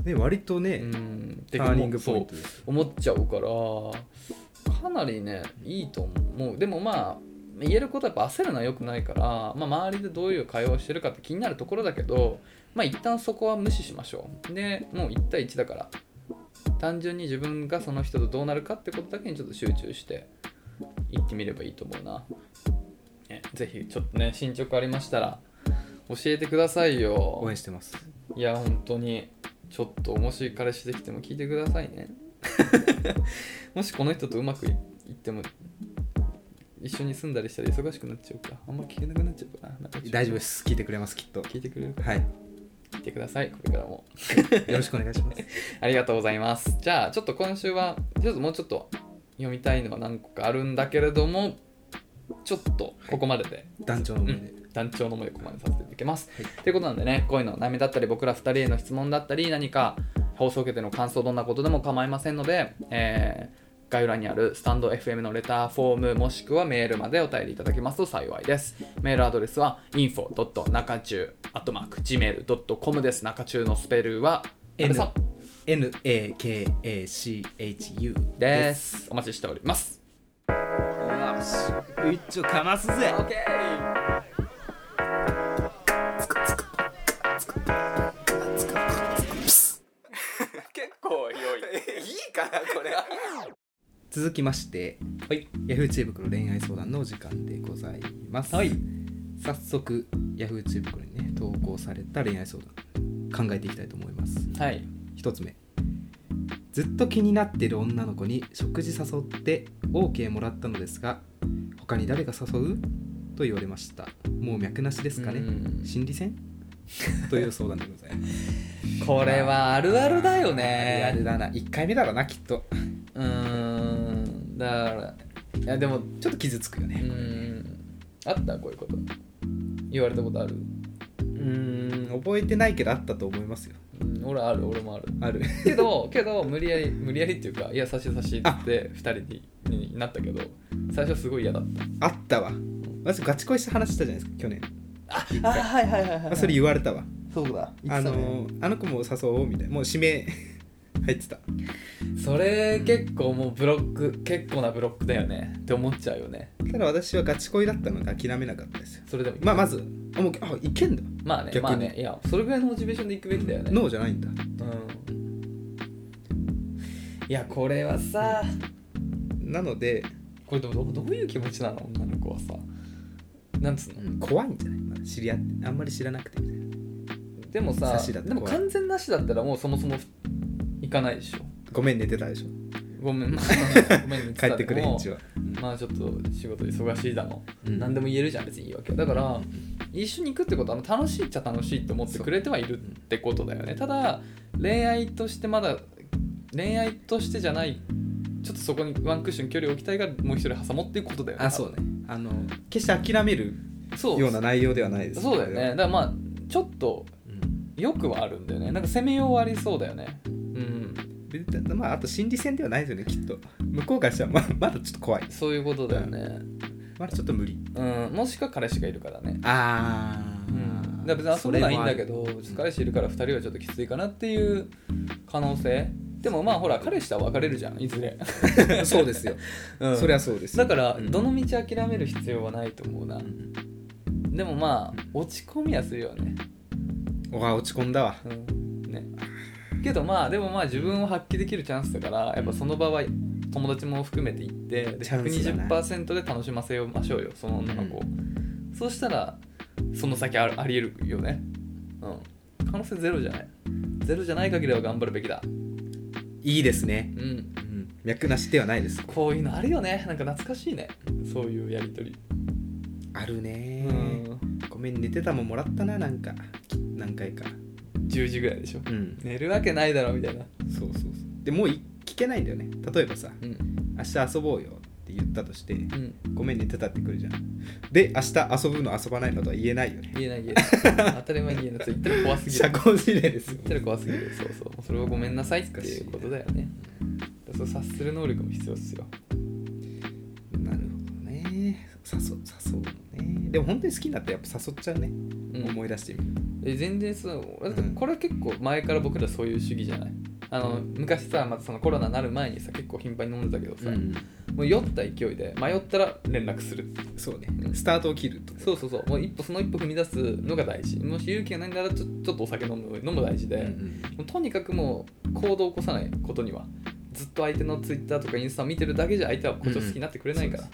で割とね、うんターニングポインそうトです思っちゃうからかなりねいいと思うでもまあ言えることはやっぱ焦るのは良くないから、まあ、周りでどういう会話をしてるかって気になるところだけどまあ一旦そこは無視しましょうでもう1対1だから単純に自分がその人とどうなるかってことだけにちょっと集中して行ってみればいいと思うな、ね、ぜひちょっとね進捗ありましたら教えてくださいよ応援してますいや本当にちょっともし彼氏できても聞いてくださいね [LAUGHS] もしこの人とうまくいいっても一緒に住んだりしたら忙しくなっちゃうかあんま聞けなくなっちゃうかななんかちょっと大丈夫です聞いてくれますきっと聞いてくれるはい聞いてくださいこれからもよろしくお願いしますありがとうございますじゃあちょっと今週はちょっともうちょっと読みたいのは何個かあるんだけれどもちょっとここまでで団長の思いで、団長の思いをここまでさせていただきます。はいということなんでね、恋の悩みだったり、僕ら2人への質問だったり、何か放送を受けての感想、どんなことでも構いませんので、えー概要欄にあるスタンド FM のレターフォームもしくはメールまでお便りいただけますと幸いです。メールアドレスは info.nakachu.gmail.com です。中中のスペルは N さん NAKACHU です。お待ちしております。うっちょかますぜ OK! 結構良い。いいかなこれ続きまして、はい、 Yahoo! 知恵袋恋愛相談のお時間でございます、はい、早速 Yahoo! 知恵袋にね投稿された恋愛相談考えていきたいと思います [LAUGHS] はい。 1つ目ずっと気になっている女の子に食事誘って OK もらったのですが他に誰が誘うと言われましたもう脈なしですかうねん心理戦という相談でございますこれはあ [LAUGHS] るあるだよあるあるねだな1回目だろうなきっとうーんだからいやでもうちょっと傷つくよね、ーんあったこういうこと言われたことあるうーん覚えてないけどあったと思いますようん俺ある俺もあるある [LAUGHS] けど [LAUGHS] けど無理やり無理やりっていうか「いや差し差し」って二人にになったけど最初すごい嫌だったあったわ私ガチ恋した話したじゃないですか去年あはいはいはいはあそれ言われたわ、そうだあのあの子も誘おうみたいなもう指名 [LAUGHS] 入ってたそれ結構もうブロック結構なブロックだよねって思っちゃうよねただ私はガチ恋だったので諦めなかったですよそれでもまあまずあもうあいけんだまあね逆にまあねいやそれぐらいのモチベーションでいくべきだよねノーじゃないんだうんいやこれはさなので、これでもどどういう気持ちなの女の子はさなんつうの怖いんじゃない、まあ、知り合ってあんまり知らなくてみたいなでもさ差しだってでも怖い完全なしだったらもうそもそも行かないでしょごめん寝てたでしょごめん、まあ、ごめん、帰ってくれ一応応まあちょっと仕事忙しいだの、うん何でも言えるじゃん別にいいわけだから一緒に行くってことは楽しいっちゃ楽しいって思ってくれてはいるってことだよねただ恋愛としてまだ恋愛としてじゃないちょっとそこにワンクッション距離を置きたいがもう一人挟もうっていうことだよねあそうねあの決して諦めるそうような内容ではないですそうだよねだからまあちょっとうんよくはあるんだよねなんか攻めようはありそうだよねうんでたまああと心理戦ではないですよねきっと向こうからしたらままだちょっと怖いそういうことだよねまだちょっと無理うんもしくは彼氏がいるからねあうん、だから別に遊べないんだけど彼氏いるから2人はちょっときついかなっていう可能性でもまあほら彼氏とは別れるじゃんいずれ、ど [LAUGHS] そうですよ、 [LAUGHS] うんそれはそうですだからうんどの道諦める必要はないと思うなうんでもまあ落ち込みはするよね,、おわ落ち込んだわうん、ねけどまあでもまあ自分を発揮できるチャンスだからやっぱその場は友達も含めて行ってでチャンスだね120%で楽しませましょうよその女の子を、そうしたらその先あるありえるよねうん可能性ゼロじゃないゼロじゃない限りは頑張るべきだいいですねうんうん脈なしではないですこういうのあるよねなんか懐かしいねそういうやりとりあるねうんごめん寝てたもんもらったななんか何回か10時ぐらいでしょうん寝るわけないだろみたいなそうそうそうでもうい聞けないんだよね例えばさうん明日遊ぼうよって言ったとしてうんごめん寝てたってくるじゃんで明日遊ぶの遊ばないのとは言えないよね言えない言え [LAUGHS] ない当たり前に言えないそれ言ったら怖すぎる社交辞令ですよ言ったら怖すぎるそうそうそれはごめんなさいっていうことだよねだからそう察する能力も必要っすよなるほどね誘う誘うのねでも本当に好きになったらやっぱ誘っちゃうね、うん思い出してみるえ全然そうだってこれ結構前から僕らそういう主義じゃないあの昔さまずそのコロナになる前にさ結構頻繁に飲んでたけどさ、もう酔った勢いで迷ったら連絡するそうねうんスタートを切るとそうそうそうもう一歩その一歩踏み出すのが大事もし勇気がないならちょちょっとお酒飲むのも大事で、うんうもんうとにかくもう行動を起こさないことにはずっと相手のツイッターとかインスタを見てるだけじゃ相手はこっちを好きになってくれないから、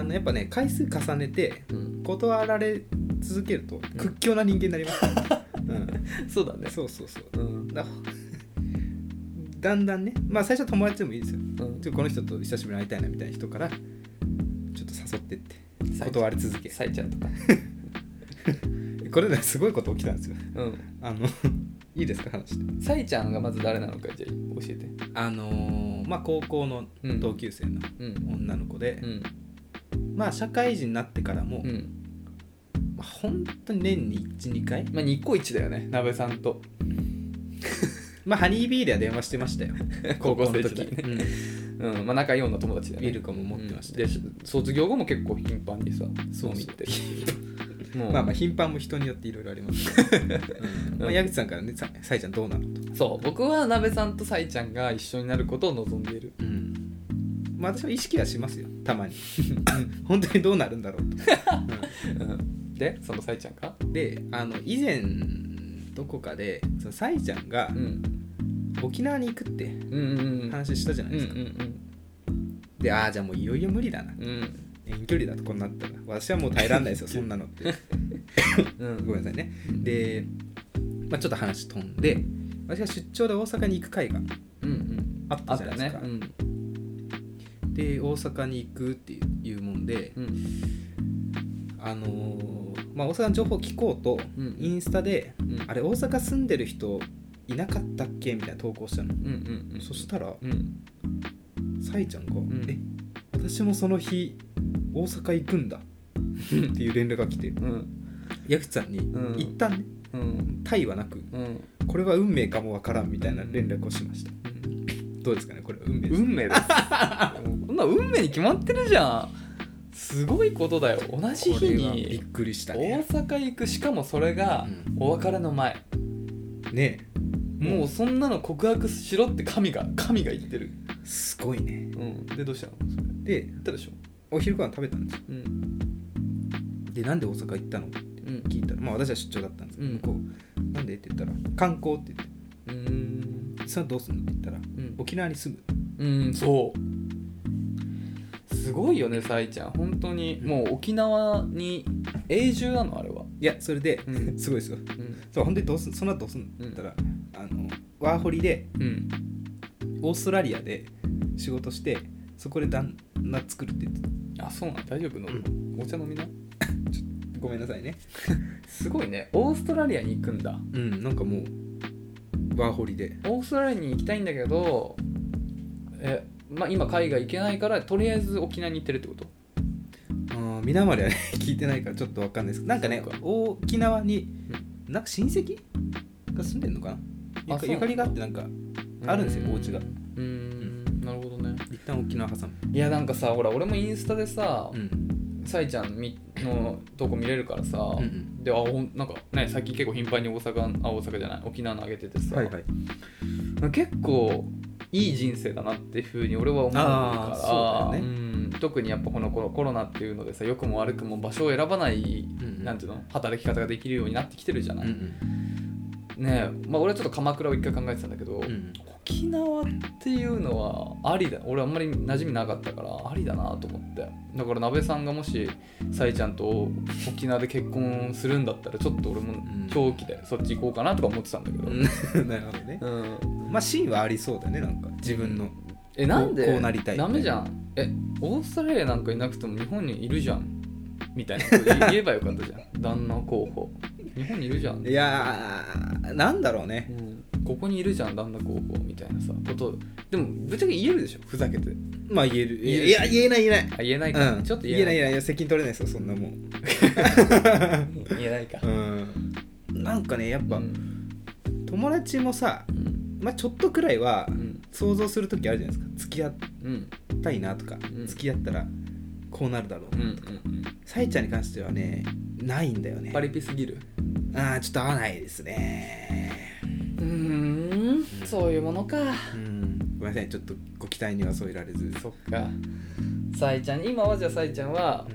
あのやっぱね回数重ねてうん断られ続けると屈強な人間になります、うんそうだねそうそうそううんだだんだんねまあ最初は友達でもいいですようんちょっとこの人と久しぶりに会いたいなみたいな人からちょっと誘ってって断り続けさいちゃ [LAUGHS] んとかこれねすごいこと起きたんですようんあの [LAUGHS] いいですか話してさいちゃんがまず誰なのかじゃあ教えてあのーまあ高校のうん同級生のうん女の子でう、んまあ社会人になってからも、うんまあ、本当に年に12回まあ、ニ個イチだよね、鍋さんと。 [LAUGHS] まあハニービーでは電話してましたよ高校の生時代ねうんうんまあ、仲いい女友達だねウェルカム持ってましたうんで卒業後も結構頻繁にさそうそう飲み行ってもうまあまあ頻繁も人によっていろいろあり [LAUGHS] ますけど、うんまあ、矢口さんからねささいちゃんどうなのと、そう僕は鍋さんとさいちゃんが一緒になることを望んでいるまあ私は意識はしますよたまに本当にどうなるんだろうとうんでそのさいちゃんがであの以前どこかでそのさいちゃんがうん沖縄に行くってうんうんうん話したじゃなういんですか、でああじゃあもういよいよ無理だなうんうん遠距離だとこうなったら私はもう耐えられないですよそんなの [LAUGHS] ってうんごめんなさいねで、まあ、ちょっと話飛んで私が出張で大阪に行く会がうんうんあったあじっゃなたいですねか、うんで大阪に行くっていうもんでうんあのーまあ、大阪の情報聞こうと、うんインスタで、うんあれ大阪住んでる人いなかったっけみたいな投稿したの、うんうんうんそしたらうんさいちゃんが「んえ私もその日大阪行くんだ」っていう連絡が来 [LAUGHS] てうん矢口さんにうん「一旦ねうんタイはなくうんこれは運命かもわからん」みたいな連絡をしましたうんどうですかねこれは運命です運命ですこんな運命に決まってるじゃんすごいことだよ同じこ日れはびっにくりした大ね阪行くしかもそれがうお別れの前ねえももうそんなの告白しろって神が神が言ってる、うすごいねうん、でどうしたのそれ言でったでしょお昼ご飯食べたんですようんでなんで大阪行ったのってうん聞いたらまあ私は出張だったんですけどうん向こうなんでって言ったら観光って言ってうんそれはどうすんのって言ったらうん沖縄に住むうんそうすごいよねさいちゃん本当にもう沖縄に永住なのあれは、いやそれでう [LAUGHS] んすごいですようんそう本当にどうすんその後どうすんのって言ったらあのワーホリでうん、オーストラリアで仕事してそこで旦那作るって言ってたあそうなん大丈夫の、お茶飲みなごめんなさいねすごいねオーストラリアに行くんだうんなんかもうワーホリでオーストラリアに行きたいんだけどえまあ今海外行けないからとりあえず沖縄に行ってるってことあー皆まではね [LAUGHS] 聞いてないからちょっとわかんないですけどなんかねそうか沖縄になんか親戚が住んでるのかなゆあかそうなゆんだかりがあってなんかあるんですよお家がうーんなるほどね一旦沖縄挟むいやなんかさほら俺もインスタでさうんさい、ちゃんみのとこ見れるからさ、うんうんであほんなんかね最近結構頻繁に大阪あ大阪じゃない沖縄の上げててさ、い結構いい人生だなっていうふうに俺は思うからあーそうだよねうん特にやっぱこの頃コロナっていうのでさ良くも悪くも場所を選ばない、うんなんていうの働き方ができるようになってきてるじゃうなんい、ねえまあ俺はちょっと鎌倉を一回考えてたんだけど、うんうん沖縄っていうのはありだ俺あんまり馴染みなかったからありだなと思ってだから鍋さんがもしさえちゃんと沖縄で結婚するんだったらちょっと俺もん長期でそっち行こうかなとか思ってたんだけど、うんなる [LAUGHS] ほどねうんまあ芯はありそうだねなんか自分のえなんでこうなりたいダメじゃんえオーストラリアなんかいなくても日本にいるじゃんみたいなこと言言えばよかったじゃん [LAUGHS] 旦那候補日本にいるじゃん、いやーなんだろうねうんここにいるじゃん旦那候補みたいなさことでもぶっちゃけ言えるでしょふざけてまあ言える言えるいや言えない言えないあ言えないか、うん、ちょっと言言ええなないい言えないいや責任取れないですよそんなもん言えないかうんなんかねやっぱ、うん友達もさ、うんまあ、ちょっとくらいはうん想像する時あるじゃないですか付き合っうんたいなとか、うん付き合ったらこうなるだろううんうんさえ、ちゃんに関してはねないんだよねパリピすぎるああちょっと合わないですねうんそういうものかうんごめんなさいちょっとご期待には添えられずそっかさいちゃん今はじゃあさいちゃんは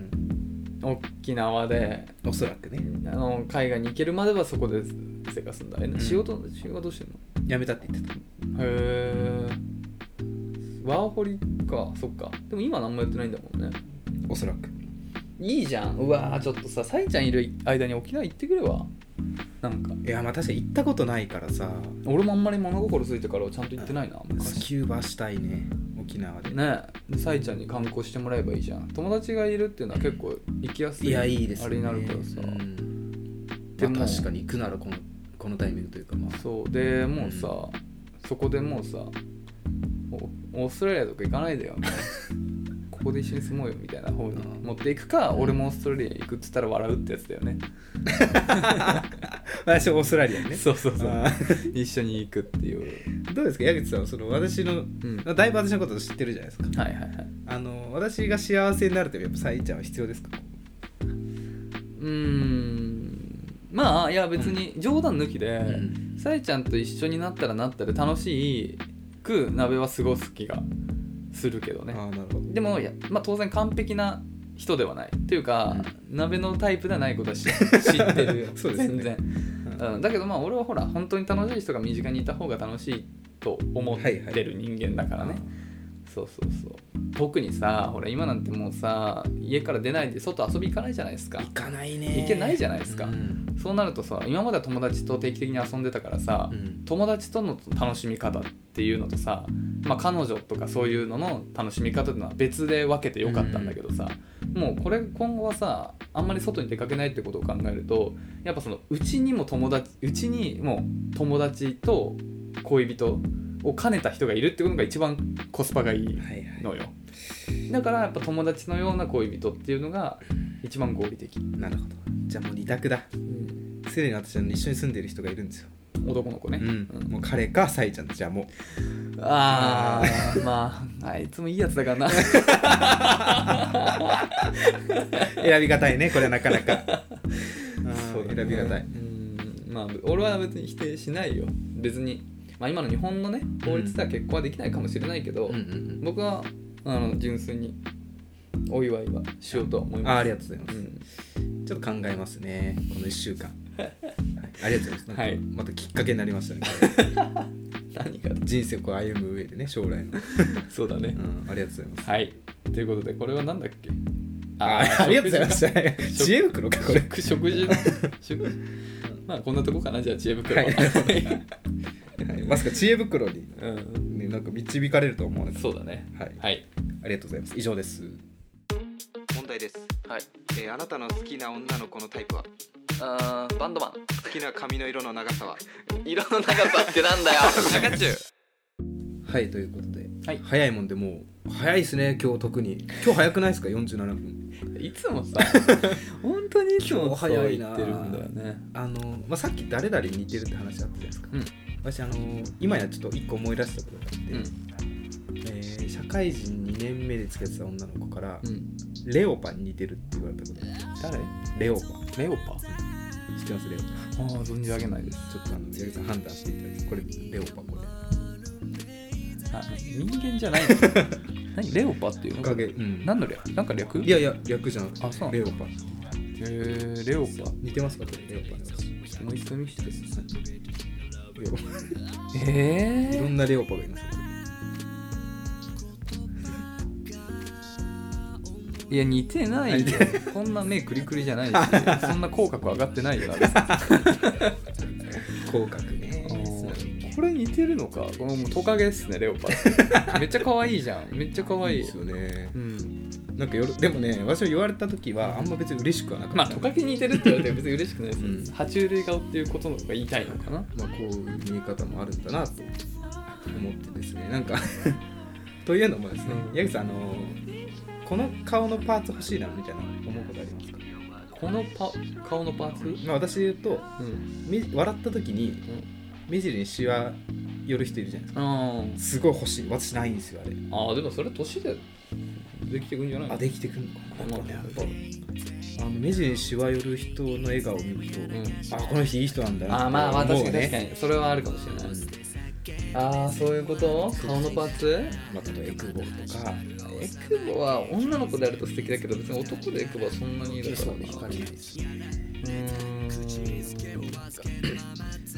うん沖縄でおそらくねあの海外に行けるまではそこで生活するんだえ、ん仕事仕事どうしてんのやめたって言ってたへえワーホリかそっかでも今何もやってないんだもんねおそらくいいじゃんうわーちょっとささいちゃんいる間に沖縄行ってくればなんかいやまあ確かに行ったことないからさ俺もあんまり物心ついてからちゃんと行ってないなス昔キューバしたいね沖縄でねえさいちゃんに観光してもらえばいいじゃん友達がいるっていうのは結構行きやすいいやいいですねあれになるからさ、うんでもまあ確かに行くならこのこのタイミングというかまあそうでもうさ、そこでもうさおオーストラリアとか行かないでよみ [LAUGHS] たいなここで一緒に住もうよみたいな方に持っていくか俺もオーストラリア行くっつったら笑うってやつだよね [LAUGHS] 私オーストラリアにねそうそうそうあー一緒に行くっていう、どうですか矢口さんはその私のうん、はいだいぶ私のこと知ってるじゃないですかはいはいあの私が幸せになるためにやっぱさいちゃんは必要ですかうーんまあいや別に冗談抜きで、んさえちゃんと一緒になったらなったで楽しく鍋は過ごす気がするけどああねなるほどでもいや、まあ、当然完璧な人ではないというか、鍋のタイプではないこと [LAUGHS] は知知ってるよそうですね全然、うんうん、だけどまあ俺はほら本当に楽しい人が身近にいた方が楽しいと思ってる人間だからね、そうそうそう特にさほら今なんてもうさ家から出ないで外遊び行かないじゃないですか行かないね行けないじゃないですかうんそうなるとさ今までは友達と定期的に遊んでたからさ、うん友達との楽しみ方っていうのとさ、まあ、彼女とかそういうのの楽しみ方っていうのは別で分けてよかったんだけどさ、もうこれ今後はさあんまり外に出かけないってことを考えるとやっぱそのうちにも友達うちにも友達と恋人を兼ねた人がいるってことが一番コスパがいいはいはいのよだからやっぱ友達のような恋人っていうのが一番合理的、なるほどじゃあもう二択だすでに私は一緒に住んでる人がいるんですよ、男の子ね、うん、もう彼かさいちゃんじゃあもああまああいつもいいやつだからなう選びがたいねこれはなかなか [LAUGHS] うん [LAUGHS] そうだ選ねびがたいうんまあ俺は別に否定しないよ別に、まあ、今の日本のね法律では結婚はできないかもしれないけど、うんうん僕はあの純粋にお祝いはしようとは思ういんあますありがとうございます、ちょっと考えますねこの1週 [LAUGHS] 間はいありがとうございますなんかはいまたきっかけになりましたねうん、何が人生をこう歩む上でね将来の、そうだねうん、ありがとうございますはいということでこれは何だっけあありがとうございま食事した [LAUGHS] 知恵袋かこれ食食 [LAUGHS] 事の食事まあこんなとこかなじゃあ知恵袋は、はいはいまさか知恵袋に、 [LAUGHS] うん、ね、なんか導かれるとは思わなかったそうだねはいはいありがとうございます以上です問題です、はいえあなたの好きな女の子のタイプはあーバンドマン好きな髪の色の長さは色の長さってなんだよ中中はいということで、はい早いもんでもう早いですね今日特に今日早くないですか47分いつもさ本当にいつもそう言ってるんだよねあの、まあ、さっき誰々に似てるって話あったじゃないですか、うん私あの今やちょっと一個思い出したことがあって、えー社会人2年目で付き合ってた女の子から、うんレオパに似てるって言われたことがある誰レオパレオパ知ってますレオパああ存じ上げないですちょっとあの矢口さん判断していただいてこれレオパこれあ人間じゃないの [LAUGHS] 何レオパっていうおのかげうん何の略なんか略いやいや略じゃなくてあそうレオパえー、レオパ似てますかこれレオパのもう一度見せてレオパえいろんなレオパがいますよー、いや似てない [LAUGHS] よこんな目クリクリじゃないしそんな口角上がってないよな別に口角ねこれ似てるのかこのもうトカゲですねレオパ [LAUGHS] ルめっちゃ可愛いじゃんめっちゃ可愛いですよねうん、なんかよろでもね私は言われた時はあんま別に嬉しくはなかったまあトカゲに似てるって言われて別に嬉しくないです、うん爬虫類顔っていうことの方が言いたいのかなまあ、こういう見え方もあるんだなと思ってですねなんか [LAUGHS] というのもですね、うん矢口さんあのこの顔のパーツ欲しいなみたいな思うことありますか、このパ顔のパーツ、まあ、私で言うとうん、目笑った時に目尻にシワ寄る人いるじゃないですかあすごい欲しい私ないんですよあれーあーでもそれ年でできてくんじゃないあできてくんのまかあなややっっぱぱあの目尻にシワ寄る人の笑顔を見ると、んあこの人いい人なんだなあーまあまあと思確うかに確かにそれはあるかもしれない、ああそういうこと顔のパーツまあ、例えばエクボとかエクボは女の子であると素敵だけど別に男でエクボはそんなにいるかそらうな惹かれないですうー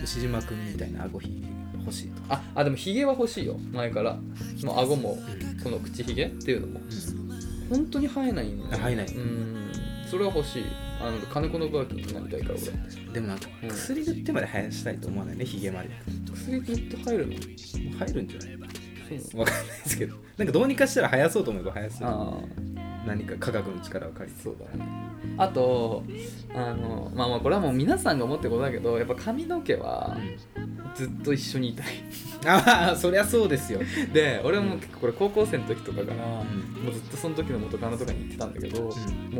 ん牛島君みたいな顎ひげ欲しいとか、ああでもヒゲは欲しいよ前からもう顎もこの口ひげっていうのも本当に生えないんあだよ生えないうんそれは欲しいあの金子のバーキンになりたいからでもなんかうん薬塗ってまで生やしたいと思わないねひげまでも俺薬塗って生えるのそう入るんじゃないなのわかんないですけどなんかどうにかしたら生やそうと思えば生やせるあ何か科学の力を借りあてそうだねあとあのまあまあこれはもう皆さんが思ってることだけどやっぱ髪の毛はずっと一緒にいた [LAUGHS] いああそりゃそうですよ、で俺も結構これ高校生の時とかから、んもうずっとその時の元カノとかに言ってたんだけど、もう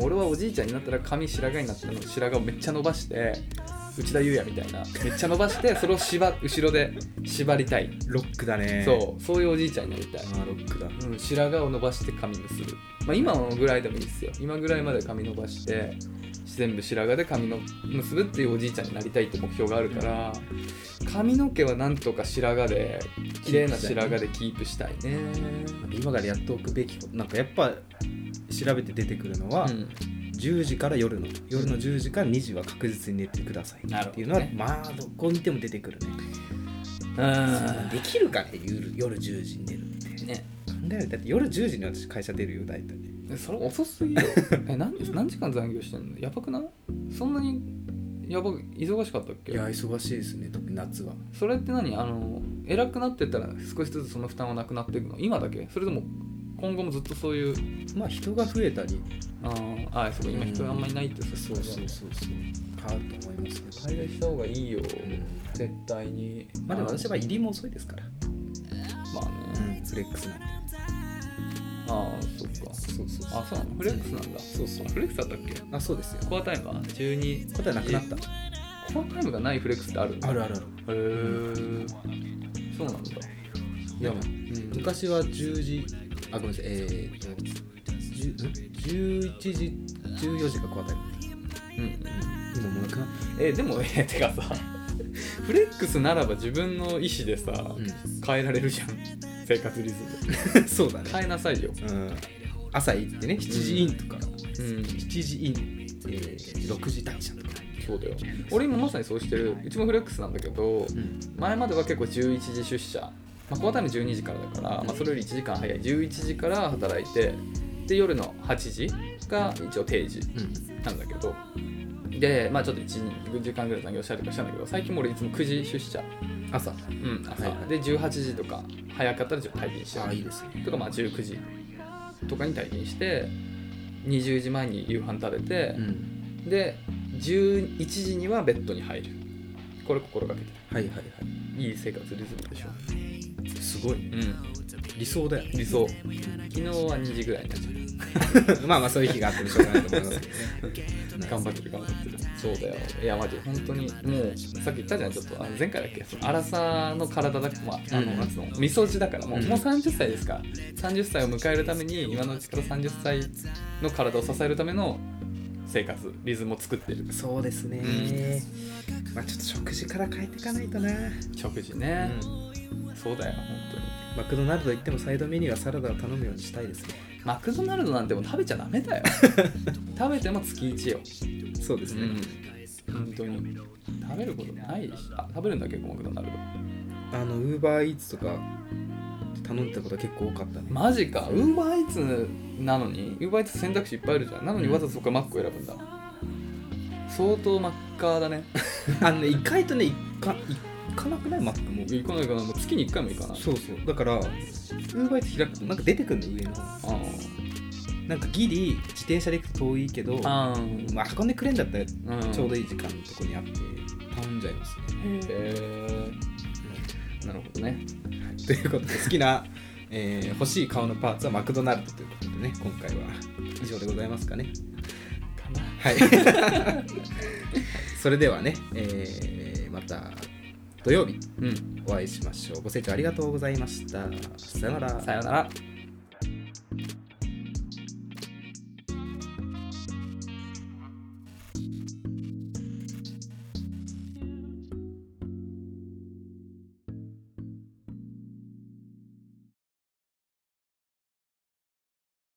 俺はおじいちゃんになったら髪白髪になったの白髪をめっちゃ伸ばして内田裕也みたいなめっちゃ伸ばしてそれを縛後ろで縛りたい、ロックだねそうそういうおじいちゃんになりたい、あーロックだうん、白髪を伸ばして髪結ぶ、まあ、今ぐらいでもいいですよ今ぐらいまで髪伸ばして全部白髪で髪の結ぶっていうおじいちゃんになりたいって目標があるから髪の毛はなんとか白髪で綺麗な白髪でキープしたいね、今からやっておくべきことなんかやっぱ調べて出てくるのは、うん、 10時から夜の夜の10時から2時は確実に寝てくださいなるっほていどうのは、ねまあどこ見ても出てくるねできるかね夜夜10時に寝るってね考えるだって夜10時に私会社出るよ大体えそれ遅すぎよ [LAUGHS] え何何時間残業してんのやばくないそんなにやば忙しかったっけ忙しいですね特に夏はそれって何あの偉くなってったら少しずつその負担はなくなっていくの今だけそれとも今後もずっとそういうまあ人が増えたりあーあそうか今人あんまりいないってそそうそうそうそう変わると思いますね海外した方がいいよ、うん絶対にまあでも私は入りも遅いですから、まあねフレックスなんてああそっかそうそうあそうなのフレックスなんだそうそうフレックスだったっけあそうですよコアタイムは12答えなくなったコアタイムがないフレックスってあるんだあるあるあるへえそうなんだいやうん昔は10時あごめんなさいえー、と10ん11時14時が交代うん今もうなくなっえでも [LAUGHS] えてかさフレックスならば自分の意思でさ、ん変えられるじゃん生活リズムたそうだね、変えなさいよ、うん、朝行ってね7時インとか、うん、 7時イン、えー、6時退社とか、そうだよ俺今まさにそうしてるうちもフレックスなんだけどうん、前までは結構11時出社、まあ、コアタイム12時からだから、まあ、それより1時間早い11時から働いてで夜の8時が一応定時なんだけどでまあちょっと1時間ぐらい残業したりとかしたんだけど最近も俺いつも9時出社朝うん、朝、はいはいで18時とか早かったらちょっと退勤しちゃあうあいいですねとかまあ19時とかに退勤して20時前に夕飯食べてう、んで11時にはベッドに入るこれ心がけてはいはいはるいい生活リズムでしょ、いすごいねうん、理想だよ [LAUGHS] ね理想昨日は2時ぐらいになっちゃうまあまあそういう日があってもしょうがないと思いますけどね頑張ってる頑張ってるそうだよいやマジ本当にもうさっき言ったじゃんちょっとあの前回だっけその荒さの体だまああのうんなんつうのみそじだからもう,、うんもう30歳ですか30歳を迎えるために今のうちから30歳の体を支えるための生活リズムを作ってるそうですね、まあちょっと食事から変えていかないとな、食事ね、そうだよ本マクドナルド行ってもサイドメニューはサラダを頼むようにしたいですね当にマクドナルドなんてもう食べちゃダメだよ食べても月1よそうですね、うん本当に食べることないしあ食べるんだ結構マクドナルドあのウーバーイーツとか頼んでたことは結構多かったね、マジかウーバーイーツなのにウーバーイーツ選択肢いっぱいあるじゃんなのにわざわざそこからマックを選ぶんだ相当マッカーだねあのね意外とね行か行かなくないマックも行かないかなもう月に1回も行かないそうそうだからウーバーイーツ開くとなんか出てくるの上の方あなんかギリ自転車で行くと遠いけどあまあ、運んでくれんだったらあうんちょうどいい時間のとこにあって頼んじゃいますね、へえなるほどねはいということで好きな、えー欲しい顔のパーツはマクドナルドということでね今回は以上でございますかねかなはい。 [LAUGHS] それではね、えーまた土曜日うんお会いしましょう。ご清聴ありがとうございました。さよなら。さようなら